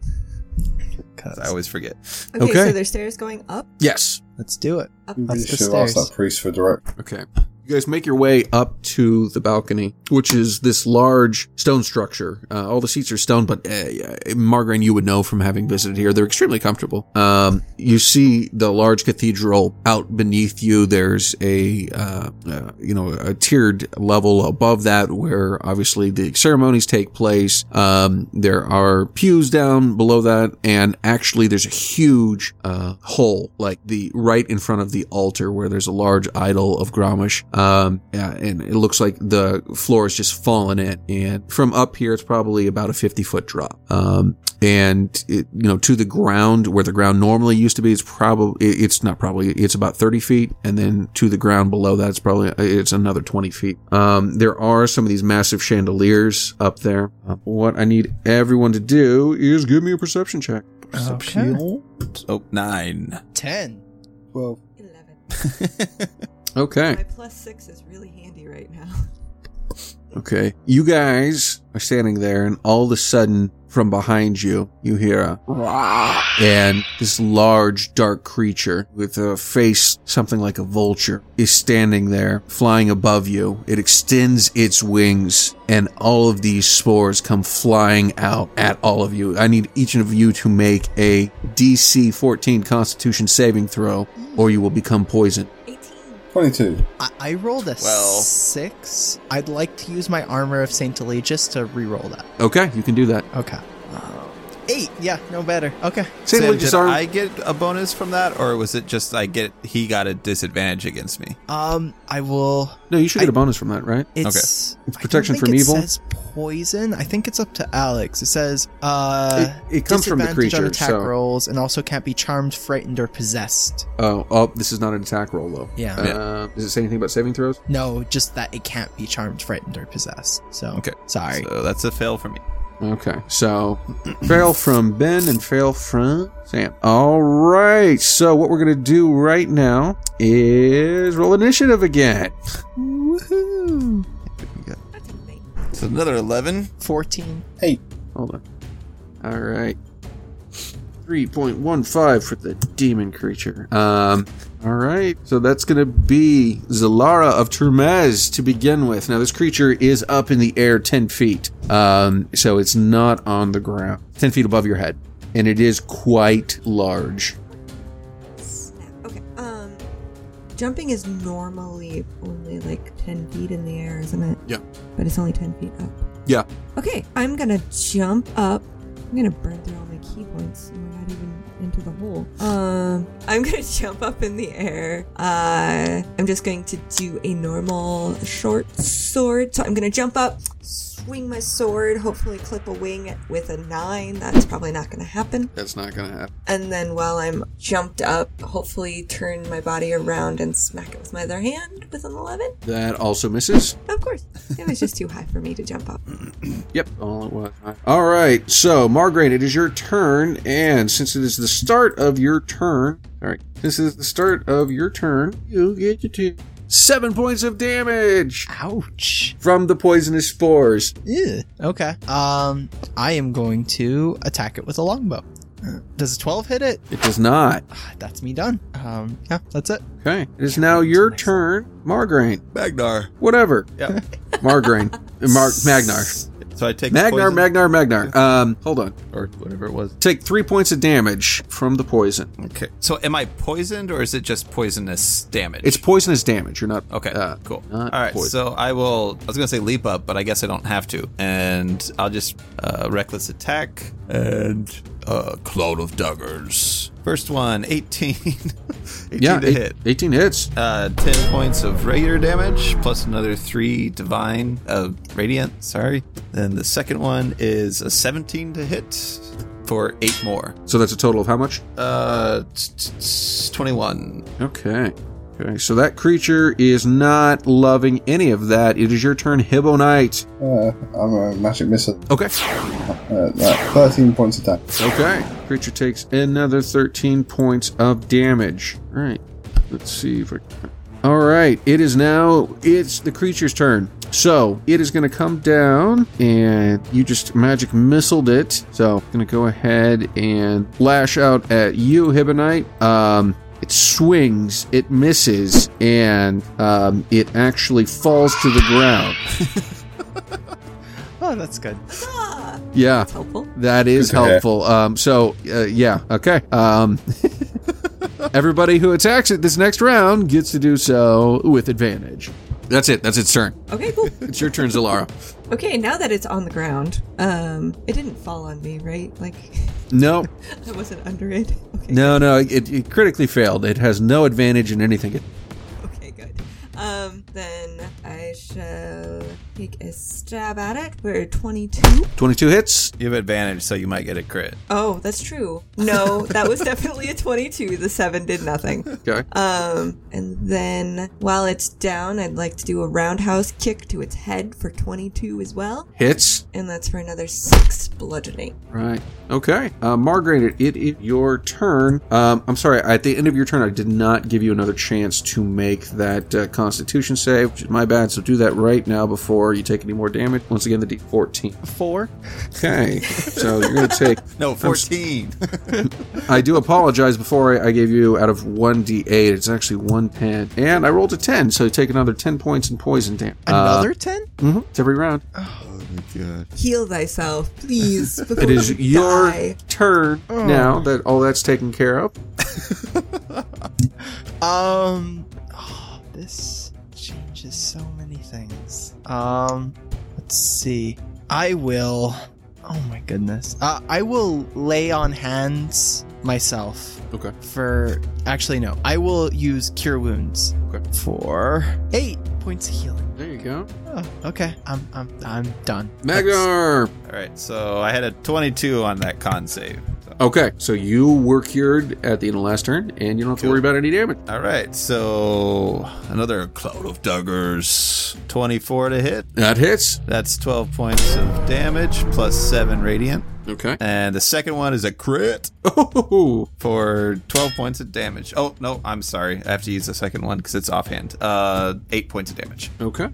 S5: Cause
S2: always forget.
S1: okay,
S4: okay.
S1: so there's stairs going up.
S4: Yes.
S5: let's do it.
S1: Up,
S3: You
S5: That's the
S3: should have asked
S5: stairs.
S3: that priest for direct.
S4: Okay. You guys make your way up to the balcony, which is this large stone structure. Uh, all the seats are stone, but uh, Margarine, you would know from having visited here, they're extremely comfortable. Um, you see the large cathedral out beneath you. There's a uh, uh, you know a tiered level above that where obviously the ceremonies take place. Um, there are pews down below that, and actually there's a huge uh, hole, like the right in front of the altar where there's a large idol of Gromish. Um, yeah, and it looks like the floor is just fallen in. And from up here, it's probably about a 50 foot drop. Um, and it, you know, to the ground where the ground normally used to be, it's probably, it's not probably, it's about 30 feet. And then to the ground below that, it's probably, it's another 20 feet. Um, there are some of these massive chandeliers up there. Uh, What I need everyone to do is give me a perception check.
S5: Okay.
S2: Oh, nine.
S5: Ten.
S3: Well,
S1: 11.
S4: Okay.
S1: My plus six is really handy right now.
S4: Okay. You guys are standing there, and all of a sudden, from behind you, you hear a "Rah!" and this large, dark creature with a face something like a vulture is standing there, flying above you. It extends its wings, and all of these spores come flying out at all of you. I need each of you to make a DC 14 Constitution saving throw, or you will become poisoned.
S1: 18.
S3: 22.
S5: I, I rolled a
S2: Well.
S5: six. I'd like to use my armor of Saint Allegius to re-roll that.
S4: Okay, you can do that.
S5: Okay.
S2: Oh.
S5: Eight. Yeah, no better. Okay.
S4: Saint
S2: Sam,
S4: Lucius
S2: did
S4: Arm-
S2: I get a bonus from that, or was it just I get he got a disadvantage against me?
S5: Um, I will.
S4: no, you should
S5: I-
S4: get a bonus from that, right?
S5: It's, I don't
S4: protection
S5: think
S4: from
S5: it
S4: evil?
S5: Says poison. I think it's up to Alex. It says uh,
S4: It- it comes from the
S5: disadvantage on
S4: creature,
S5: attack
S4: so-
S5: rolls, and also can't be charmed, frightened, or possessed.
S4: Oh, oh, this is not an attack roll though.
S5: Yeah.
S4: Uh, does it say anything about saving throws?
S5: No, just that it can't be charmed, frightened, or possessed. So
S2: Okay.
S5: sorry.
S2: So that's a fail for me.
S4: Okay, so fail from Ben and fail from Sam. All right, so what we're gonna do right now is roll initiative again.
S5: Woohoo!
S1: That's amazing.
S2: It's another eleven.
S5: Fourteen.
S4: Hold on. All right. 3.15 for the demon creature. Um, all right. So that's going to be Zalara of Turmez to begin with. Now, this creature is up in the air 10 feet. Um, so it's not on the ground, 10 feet above your head. And it is quite large.
S1: Snap. Okay. Um, jumping is normally only like 10 feet in the air, isn't it?
S4: Yeah.
S1: But it's only 10 feet up.
S4: Yeah.
S1: Okay, I'm gonna jump up. I'm gonna burn through all my key points. and We're not even into the hole. Um, I'm gonna jump up in the air. Uh, I'm just going to do a normal short sword. So I'm gonna jump up, swing my sword, hopefully clip a wing with a nine. That's probably not gonna happen.
S4: That's not going to happen.
S1: And then while I'm jumped up, hopefully turn my body around and smack it with my other hand with an 11.
S4: That also misses.
S1: Of course, it was just too high for me to jump up.
S4: Yep, all it was. All right, so Margaret, it is your turn, and since it is the start of your turn, all right, this is the start of your turn. You get to take seven points of damage
S5: Ouch.
S4: from the poisonous spores.
S5: Ew. Okay. Um, I am going to attack it with a longbow. Uh, Does a twelve hit it?
S4: It does not.
S5: Ah, That's me done. Um, yeah, that's it.
S4: Okay, it is now your turn, Margrain.
S2: Magnar.
S4: Whatever,
S2: Yeah.
S4: Margrain, Mar- Magnar,
S2: so I take
S4: Magnar,
S2: poison,
S4: Magnar, Magnar. Um, hold on.
S2: or whatever it was.
S4: Take three points of damage from the poison.
S2: Okay. So am I poisoned, or is it just poisonous damage?
S4: It's poisonous damage. You're not
S2: Okay,
S4: uh,
S2: cool. All
S4: not
S2: right,
S4: poison.
S2: so I will. I was gonna say leap up, but I guess I don't have to, and I'll just uh, reckless attack and uh, cloud of daggers. First one, 18. 18
S4: yeah,
S2: to
S4: eight-
S2: hit.
S4: 18 hits.
S2: Uh, 10 points of regular damage, plus another 3 divine, uh, radiant, sorry. Then the second one is a 17 to hit for 8 more.
S4: So that's a total of how much?
S2: Uh, t- t- t- 21.
S4: Okay. Okay, so that creature is not loving any of that. It is your turn, Hibbo Knight.
S3: Uh, I'm a magic missile.
S4: Okay.
S3: Uh, that 13 points of damage.
S4: Okay. Creature takes another 13 points of damage. All right. Let's see if I All right. It is now it's the creature's turn. So, it is going to come down and you just magic missiled it. So, going to go ahead and lash out at you, Hibonite. Um It swings, it misses, and um, it actually falls to the ground.
S5: Oh, that's good.
S1: Ah,
S4: Yeah,
S1: it's helpful.
S4: that is
S3: Okay.
S4: helpful. Um, so, uh, yeah, okay. Um, everybody who attacks it this next round gets to do so with advantage. That's it. That's its turn.
S1: Okay, cool.
S4: It's your turn, Zalara.
S1: Okay, now that it's on the ground, um, it didn't fall on me, right? Like
S4: No,
S1: I wasn't under it. Okay,
S4: no, no. It, it critically failed. It has no advantage in anything.
S1: okay, good. Um, then I shall take a stab at it. We're 22.
S4: 22 hits.
S2: You have advantage, so you might get a crit.
S1: Oh, that's true. No, that was definitely a 22. The 7 did nothing.
S4: Okay.
S1: Um, and then while it's down, I'd like to do a roundhouse kick to its head for 22 as well.
S4: Hits.
S1: And that's for another 6 bludgeoning.
S4: Right. Okay. Uh, Margaret, it is your turn. Um, I'm sorry. At the end of your turn, I did not give you another chance to make that uh, Constitution save, which is my bad. So do that right now before you take any more damage. Once again, the D14.
S5: Four.
S4: Okay. so you're going to take.
S2: No, 14.
S4: I do apologize before I, I gave you out of 1D8. It's actually 110. And I rolled a 10. So you take another 10 points in poison damage.
S5: Another ten?
S4: hmm It's every round.
S1: Heal thyself, please. before
S4: It is
S1: you
S4: your
S1: die.
S4: turn
S5: Oh.
S4: now that all that's taken care of.
S5: Um, oh, this changes so many things. Um, let's see. I will. Oh my goodness. Uh, I will lay on hands myself.
S4: Okay.
S5: For actually, no. I will use cure wounds.
S4: Okay.
S5: For eight points of healing.
S4: There you go.
S5: Oh, okay. I'm I'm I'm done.
S4: Magnar!
S2: All right, so I had a 22 on that con save. So-
S4: Okay, so you were cured at the end of last turn, and you don't have to worry about any damage.
S2: All right, so another cloud of daggers. 24 to hit.
S4: That hits.
S2: That's 12 points of damage plus 7 radiant.
S4: Okay.
S2: And the second one is a crit
S4: Oh,
S2: for 12 points of damage. Oh, no, I'm sorry. I have to use the second one because it's offhand. Uh, 8 points of damage.
S4: okay.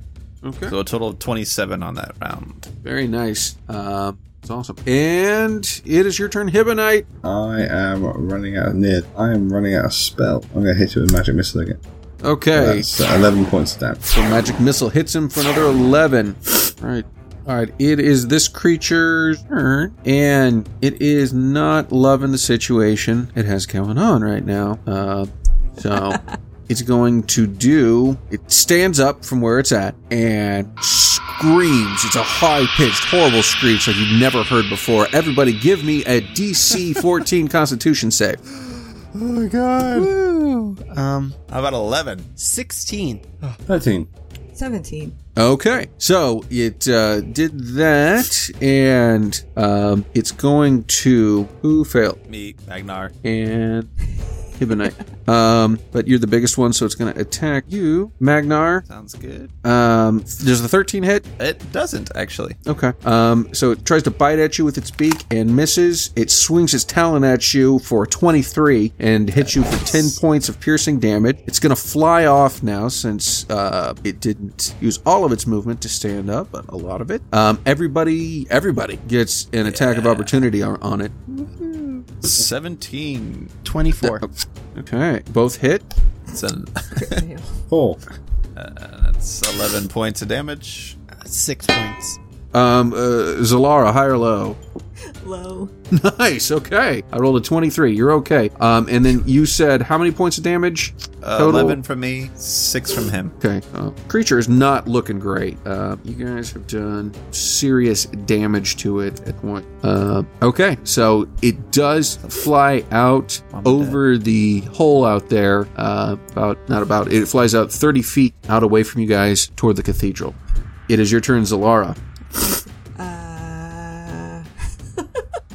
S4: Okay.
S2: So a total of 27 on that round.
S4: Very nice. Um, it's awesome. And it is your turn, Hibonite.
S3: I am running out of near. I am running out of spell. I'm going to hit it with magic missile again.
S4: Okay.
S3: That's uh, 11 points of damage.
S4: So magic missile hits him for another 11. All right. All right. It is this creature's turn, and it is not loving the situation it has going on right now. Uh, so it's going to do. It stands up from where it's at and screams. It's a high pitched, horrible screech like you've never heard before. Everybody, give me a DC 14 Constitution save.
S2: Oh my god.
S5: Woo. Um,
S2: How about 11?
S5: sixteen.
S3: 13.
S1: 17.
S4: Okay, so it uh, did that, and um, it's going to who failed
S2: Me, Magnar.
S4: and Hibonite. um, but you're the biggest one, so it's going to attack you, Magnar.
S2: Sounds good.
S4: Um, does the 13 hit?
S2: It doesn't, actually.
S4: Okay. Um, so it tries to bite at you with its beak and misses. It swings its talon at you for 23 and hits you for 10 points of piercing damage. It's going to fly off now since uh, it didn't use all of its movement to stand up, but a lot of it. Um, everybody, everybody gets an attack of opportunity on, on it.
S2: 17.
S5: Twenty-four.
S4: Okay. Both hit.
S2: It's an-
S1: Ew.
S3: 4.
S2: that's 11 points of damage.
S5: Six points.
S4: Um, uh, Zalara, high or low?
S1: Low.
S4: Nice. Okay. I rolled a 23. You're okay. Um, and then you said how many points of damage?
S2: Uh,
S4: Total?
S2: 11 from me, 6 from him.
S4: Okay. Uh, creature is not looking great. Uh, you guys have done serious damage to it at point. Uh, okay, so it does fly out over the hole out there. Uh, about not about it flies out thirty feet out away from you guys toward the cathedral. It is your turn, Zalara.
S1: Uh,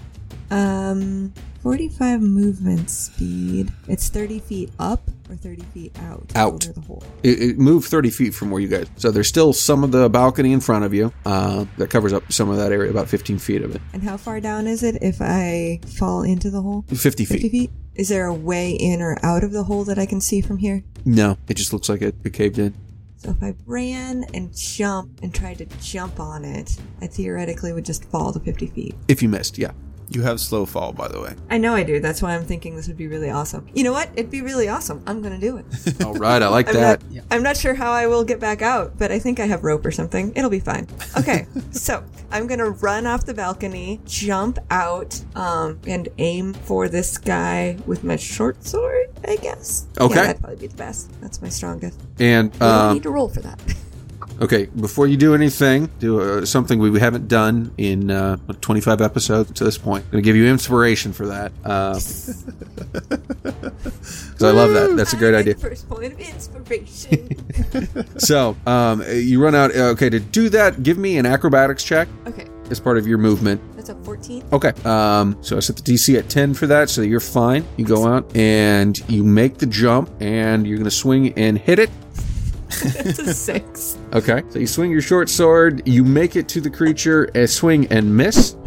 S1: um, 45 movement speed. It's 30 feet up or 30 feet out.
S4: Out.
S1: Over the hole.
S4: It, it moved thirty feet from where you guys. So there's still some of the balcony in front of you uh, that covers up some of that area, about fifteen feet of it.
S1: And how far down is it if I fall into the hole?
S4: Fifty
S1: 50
S4: feet.
S1: feet? Is there a way in or out of the hole that I can see from here?
S4: No, it just looks like it, it caved in.
S1: So if I ran and jumped and tried to jump on it, I theoretically would just fall to 50 feet.
S4: If you missed, yeah.
S2: You have slow fall, by the way.
S1: I know I do. That's why I'm thinking this would be really awesome. You know what? It'd be really awesome. I'm gonna do it.
S4: All right, I like
S1: I'm
S4: that.
S1: not, I'm not sure how I will get back out, but I think I have rope or something. It'll be fine. Okay, so I'm gonna run off the balcony, jump out, um, and aim for this guy with my short sword. I guess. Yeah,
S4: Okay.
S1: that'd probably be the best. That's my strongest.
S4: And
S1: We don't
S4: um,
S1: need to roll for that.
S4: Okay, before you do anything, do uh, something we haven't done in uh, 25 episodes to this point. I'm going to give you inspiration for that. Because I love that. That's a great
S1: I
S4: idea.
S1: get First point of inspiration.
S4: So um, you run out. Okay, to do that, give me an acrobatics check
S1: okay,
S4: as part of your movement.
S1: that's a 14.
S4: Okay. Um, so I set the DC at 10 for that, so you're fine. You go out and you make the jump, and you're going to swing and hit it.
S1: That's a six.
S4: Okay. So you swing your short sword, you make it to the creature, and swing and miss.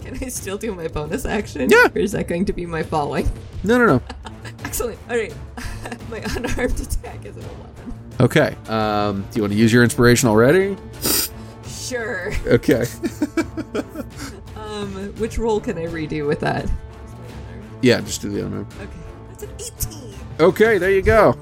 S1: Can I still do my bonus action?
S4: Yeah.
S1: Or is that going to be my falling?
S4: No, no, no.
S1: Excellent. All right. my unarmed attack is an 11.
S4: Okay. Um, do you want to use your inspiration already?
S1: Sure.
S4: Okay.
S1: Um, which roll can I redo with that?
S4: yeah, just do the other one.
S1: Okay. That's an E 18.
S4: Okay, there you go.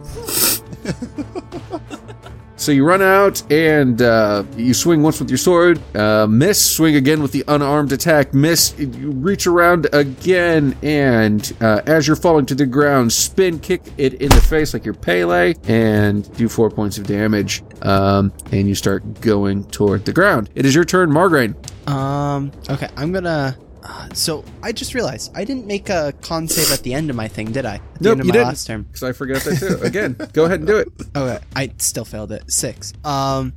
S4: so you run out and uh, you swing once with your sword, uh, miss, swing again with the unarmed attack, miss, you reach around again, and uh, as you're falling to the ground, spin kick it in the face like your Pele and do four points of damage. Um, and you start going toward the ground. It is your turn, Margraine.
S5: Um. Okay, I'm gonna. Uh, so I just realized I didn't make a con save at the end of my thing, did I? At the
S4: Nope,
S5: end of
S4: you
S5: my
S4: didn't.
S5: last term.
S4: Because I forgot that too. Again, go ahead and do it.
S5: Okay, I still failed it. Six. Um,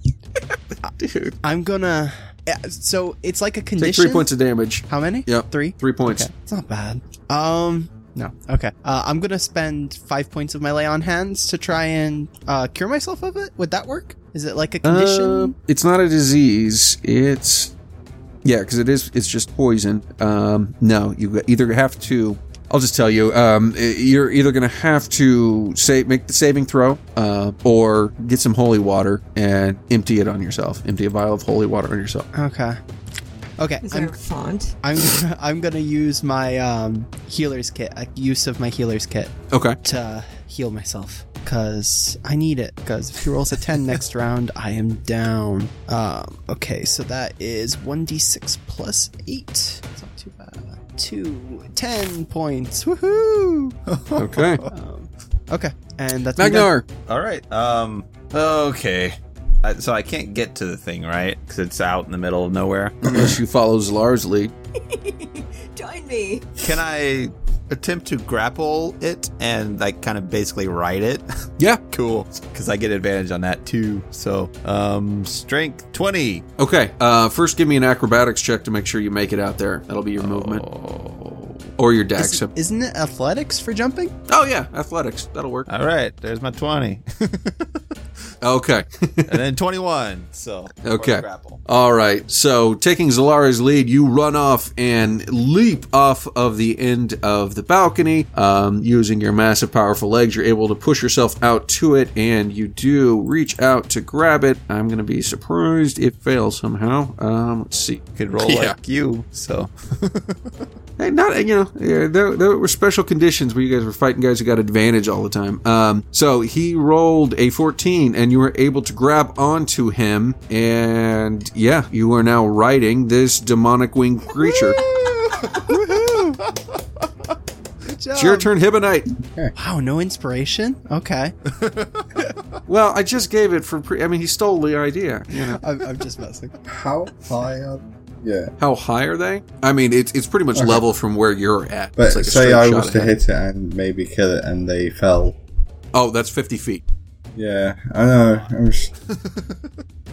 S4: Dude.
S5: I'm gonna. yeah, So it's like a condition.
S4: Take three points of damage.
S5: How many?
S4: Yeah.
S5: Three.
S4: Three points.
S5: Okay, it's not bad. Um, no. Okay. Uh, I'm gonna spend five points of my lay on hands to try and uh, cure myself of it. Would that work? Is it like a
S4: Um,
S5: condition?
S4: it's not a disease. It's yeah, because it is. It's just poison. Um, no, you either have to. I'll just tell you. Um, i- you're either going to have to say make the saving throw, uh, or get some holy water and empty it on yourself. Empty a vial of holy water on yourself.
S5: okay. Okay.
S1: Is there
S5: I'm
S1: a font?
S5: I'm gonna, I'm gonna use my um, healer's kit. A use of my healer's kit
S4: Okay.
S5: to heal myself because I need it. Because if he rolls a ten next round, I am down. Um, okay, so that is one d six plus eight. It's not too bad. Two, ten points. Woohoo!
S4: Okay.
S5: um, okay, and that's me done.
S4: Magnar.
S2: All right. Um. Okay. I, so I can't get to the thing, right? Because it's out in the middle of nowhere.
S4: Unless you follow Zlar's lead.
S1: Join me.
S2: Can I attempt to grapple it and like kind of basically ride it?
S4: Yeah.
S2: cool. Because I get advantage on that too. So, um, strength twenty.
S4: Okay. Uh, first, give me an acrobatics check to make sure you make it out there. That'll be your movement
S2: Oh.
S4: or your dex.
S5: Is, isn't it athletics for jumping?
S4: oh yeah, athletics. That'll work.
S2: All right. There's my twenty,
S4: Okay.
S2: and then twenty-one. So for
S4: Okay.
S2: the grapple.
S4: All right. So, taking Zalara's lead, you run off and leap off of the end of the balcony. Um, using your massive, powerful legs, you're able to push yourself out to it, and you do reach out to grab it. I'm going to be surprised if it fails somehow. Um, let's see.
S2: Could roll
S4: Yeah.
S2: like you. So
S4: Hey, not you know yeah, there, there were special conditions where you guys were fighting guys who got advantage all the time. Um, so he rolled a 14, and you were able to grab onto him, and yeah, you are now riding this demonic winged creature.
S5: Good
S4: It's your
S5: job.
S4: turn, Hibonite.
S5: Wow, no inspiration. Okay,
S4: Well, I just gave it for pre. I mean, he stole the idea. You know
S5: I'm, I'm just messing.
S3: How high up? Yeah.
S4: how high are they? I mean, it's it's pretty much level from where you're at.
S3: But
S4: it's like a
S3: say
S4: straight
S3: I
S4: shot
S3: was to
S4: ahead.
S3: hit it and maybe kill it and they fell.
S4: Oh, that's 50 feet.
S3: Yeah, I know. I'm, s-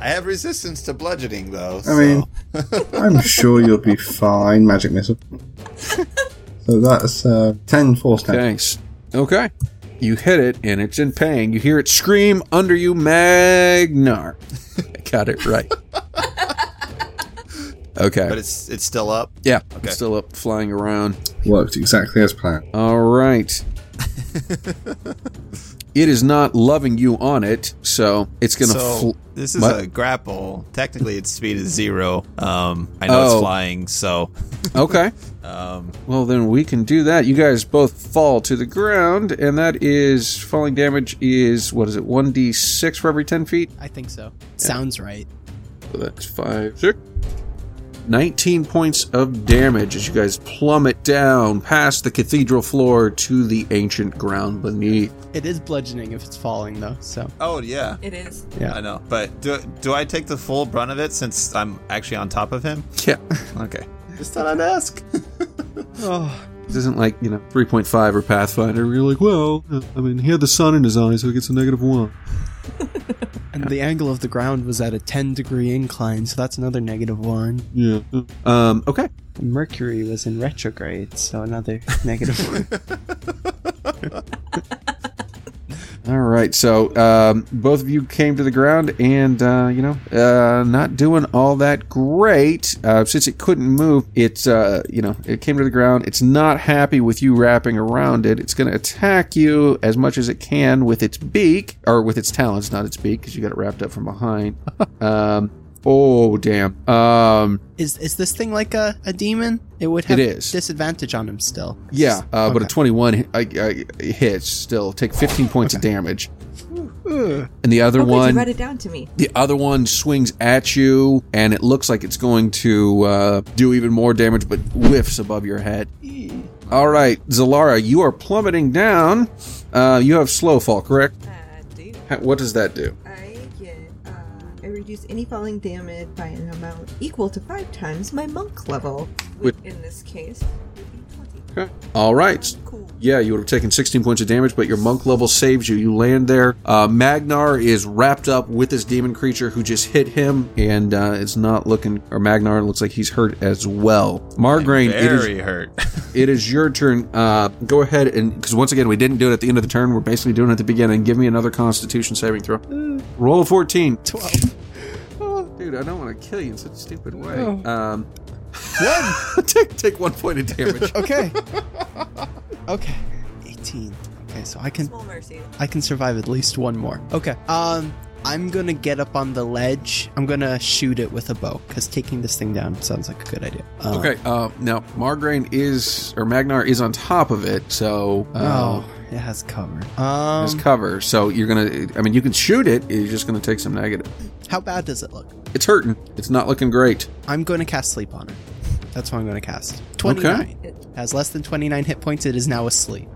S2: I have resistance to bludgeoning, though.
S3: I mean, I'm sure you'll be fine, magic missile. so that's uh, 10 force damage.
S4: Thanks. Okay. You hit it and it's in pain. You hear it scream under you, Magnar. I got it right. Okay.
S2: but it's it's still up.
S4: yeah,
S2: okay.
S4: it's still up flying around.
S3: Worked exactly as planned.
S4: All right. It is not loving you on it, so it's going to.
S2: so
S4: fl-
S2: this is
S4: What?
S2: a grapple. Technically, its speed is zero. Um, I know
S4: Oh.
S2: it's flying, so
S4: okay.
S2: um,
S4: Well, then we can do that. You guys both fall to the ground, and that is falling damage is what is it? One d six for every ten feet.
S5: I think so. Sounds right.
S4: So that's five, six. 19 points of damage as you guys plummet down past the cathedral floor to the ancient ground beneath.
S5: It is bludgeoning if it's falling though. So
S2: oh yeah,
S1: It is.
S5: yeah.
S2: I know. But do do I take the full brunt of it since I'm actually on top of him?
S4: Yeah.
S2: Okay, just thought I'd ask.
S5: Oh,
S4: This isn't like, you know, 3.5 or Pathfinder where you're like, well, I mean, he had the sun in his eye, so he gets a negative one.
S5: and the angle of the ground was at a 10 degree incline, so that's another negative one.
S4: Yeah. Um, okay.
S5: Mercury was in retrograde, so another negative one.
S4: All right. So um, both of you came to the ground and, uh, you know, uh, not doing all that great. Uh, since it couldn't move, it's, uh, you know, it came to the ground. It's not happy with you wrapping around it. It's going to attack you as much as it can with its beak, or with its talons, not its beak, because you got it wrapped up from behind. um, oh, damn. Um,
S5: Is is this thing like a, a demon? It would have
S4: It is.
S5: disadvantage on him still.
S4: Yeah, uh, but a
S5: Okay.
S4: 21 hi- I, I, hits still take 15 points of damage. And the other
S1: Oh, good,
S4: one,
S1: you write it down to me.
S4: the other one swings at you, and it looks like it's going to uh, do even more damage, but whiffs above your head. All right, Zalara, you are plummeting down. Uh, you have slow fall, correct?
S1: Uh, dude,
S4: Ha- What does that do?
S1: I get. Uh, I reduce any falling damage by an amount equal to five times my monk level, which
S4: Which-
S1: in this case would be 20.
S4: Okay. All right.
S1: Cool.
S4: Yeah, you would have taken 16 points of damage, but your monk level saves you. You land there. Uh, Magnar is wrapped up with this demon creature who just hit him, and uh, it's not looking. Or Magnar looks like he's hurt as well. Margraine, it is,
S2: Very hurt.
S4: it is your turn. Uh, go ahead and because once again we didn't do it at the end of the turn. We're basically doing it at the beginning. Give me another Constitution saving throw. Roll a 14.
S5: 12.
S4: Dude, I don't want to kill you in such a stupid way. Um, take take one point of damage.
S5: Okay. okay. 18. Okay, so I can
S1: Small mercy.
S5: I can survive at least one more. Okay. Um I'm gonna get up on the ledge. I'm gonna shoot it with a bow, because taking this thing down sounds like a good idea. Uh,
S4: Okay. Uh, now Margraine is or Magnar is on top of it, so uh,
S5: Oh, it has cover. Um,
S4: has cover. So you're gonna. I mean, you can shoot it. You're just gonna take some negative.
S5: how bad does it look?
S4: It's hurting. It's not looking great.
S5: I'm going to cast sleep on it. That's what I'm going to cast. 29.
S1: It-
S5: Has less than 29 hit points. It is now asleep.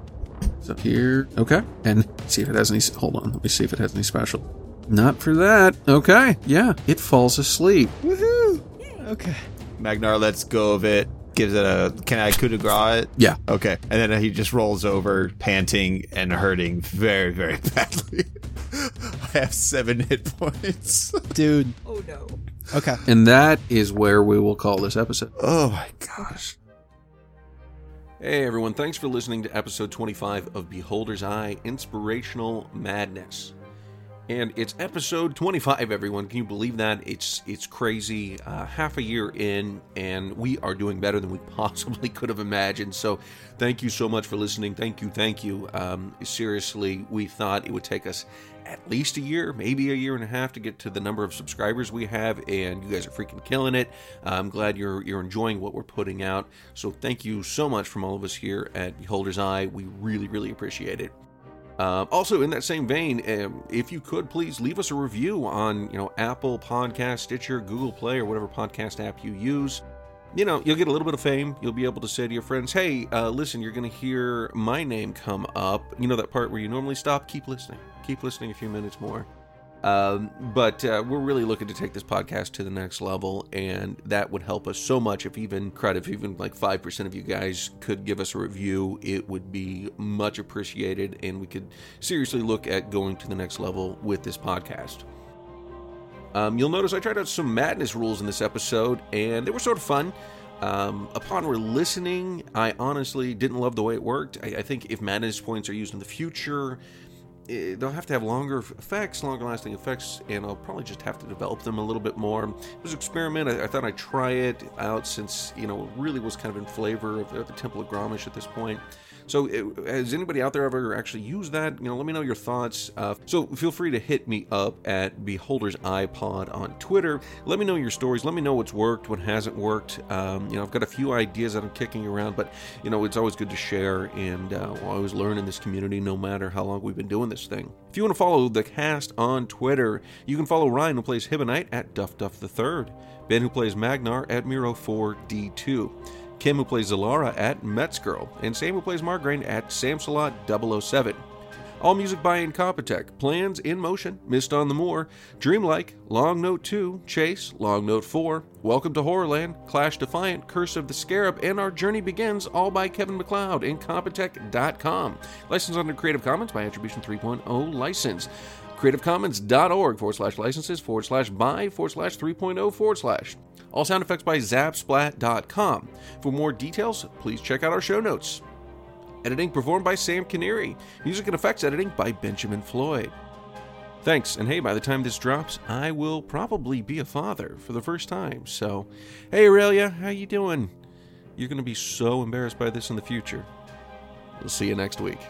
S4: So here, okay, and see if it has any. Hold on. Let me see if it has any special. Not for that. Okay. Yeah. It falls asleep.
S5: Woohoo! Okay.
S2: Magnar lets go of it. Gives it a can I coup de grace it?
S4: Yeah.
S2: Okay, and then he just rolls over, panting and hurting very, very badly. I have seven hit points.
S5: Dude.
S1: Oh no.
S5: Okay.
S4: And that is where we will call this episode.
S2: oh my gosh!
S6: Hey everyone, thanks for listening to episode 25 of Beholder's Eye Inspirational Madness. And it's episode 25 everyone. Can you believe that? It's it's crazy. Uh, half a year in and we are doing better than we possibly could have imagined. So thank you so much for listening. Thank you, thank you. Um, seriously, we thought it would take us at least a year, maybe a year and a half to get to the number of subscribers we have, and you guys are freaking killing it. Uh, I'm glad you're you're enjoying what we're putting out. So thank you so much from all of us here at Beholder's Eye. We really, really appreciate it. Um, also, in that same vein, um, if you could please leave us a review on you know Apple Podcast, Stitcher, Google Play, or whatever podcast app you use you know, you'll get a little bit of fame. You'll be able to say to your friends, hey, uh, listen, you're going to hear my name come up. You know, that part where you normally stop? Keep listening. Keep listening a few minutes more. Um, but uh, we're really looking to take this podcast to the next level, and that would help us so much. If even credit, if even like five percent of you guys could give us a review, it would be much appreciated, and we could seriously look at going to the next level with this podcast. Um, you'll notice I tried out some madness rules in this episode, and they were sort of fun. Um, upon re listening, I honestly didn't love the way it worked. I, I think if madness points are used in the future, eh, they'll have to have longer f- effects, longer lasting effects, and I'll probably just have to develop them a little bit more. It was an experiment. I, I thought I'd try it out since, you know, it really was kind of in flavor of the, the Temple of Gromish at this point.
S4: So, it, has anybody out there ever actually used that? You know, let me know your thoughts. Uh, so, feel free to hit me up at Beholder's iPod on Twitter. Let me know your stories. Let me know what's worked, what hasn't worked. Um, you know, I've got a few ideas that I'm kicking around, but you know, it's always good to share. And uh, we'll always learn in this community, no matter how long we've been doing this thing. If you want to follow the cast on Twitter, you can follow Ryan who plays Hibonite at Duff Duff the Third, Ben who plays Magnar at Miro4D2. Kim, who plays Zalara, at Metzgirl, and Sam, who plays Margraine, at Samsalot007. All music by Incompetech, Plans in Motion, Mist on the Moor, Dreamlike, Long Note 2, Chase, Long Note 4, Welcome to Horrorland, Clash Defiant, Curse of the Scarab, and Our Journey Begins, all by Kevin McLeod, Incompetech.com. Licensed under Creative Commons by Attribution 3.0 license. CreativeCommons.org forward slash licenses forward slash buy forward slash 3.0 forward slash. All sound effects by Zapsplat.com. For more details, please check out our show notes. Editing performed by Sam Canary. Music and effects editing by Benjamin Floyd. Thanks, and hey, by the time this drops, I will probably be a father for the first time. So, hey Aurelia, how you doing? You're going to be so embarrassed by this in the future. We'll see you next week.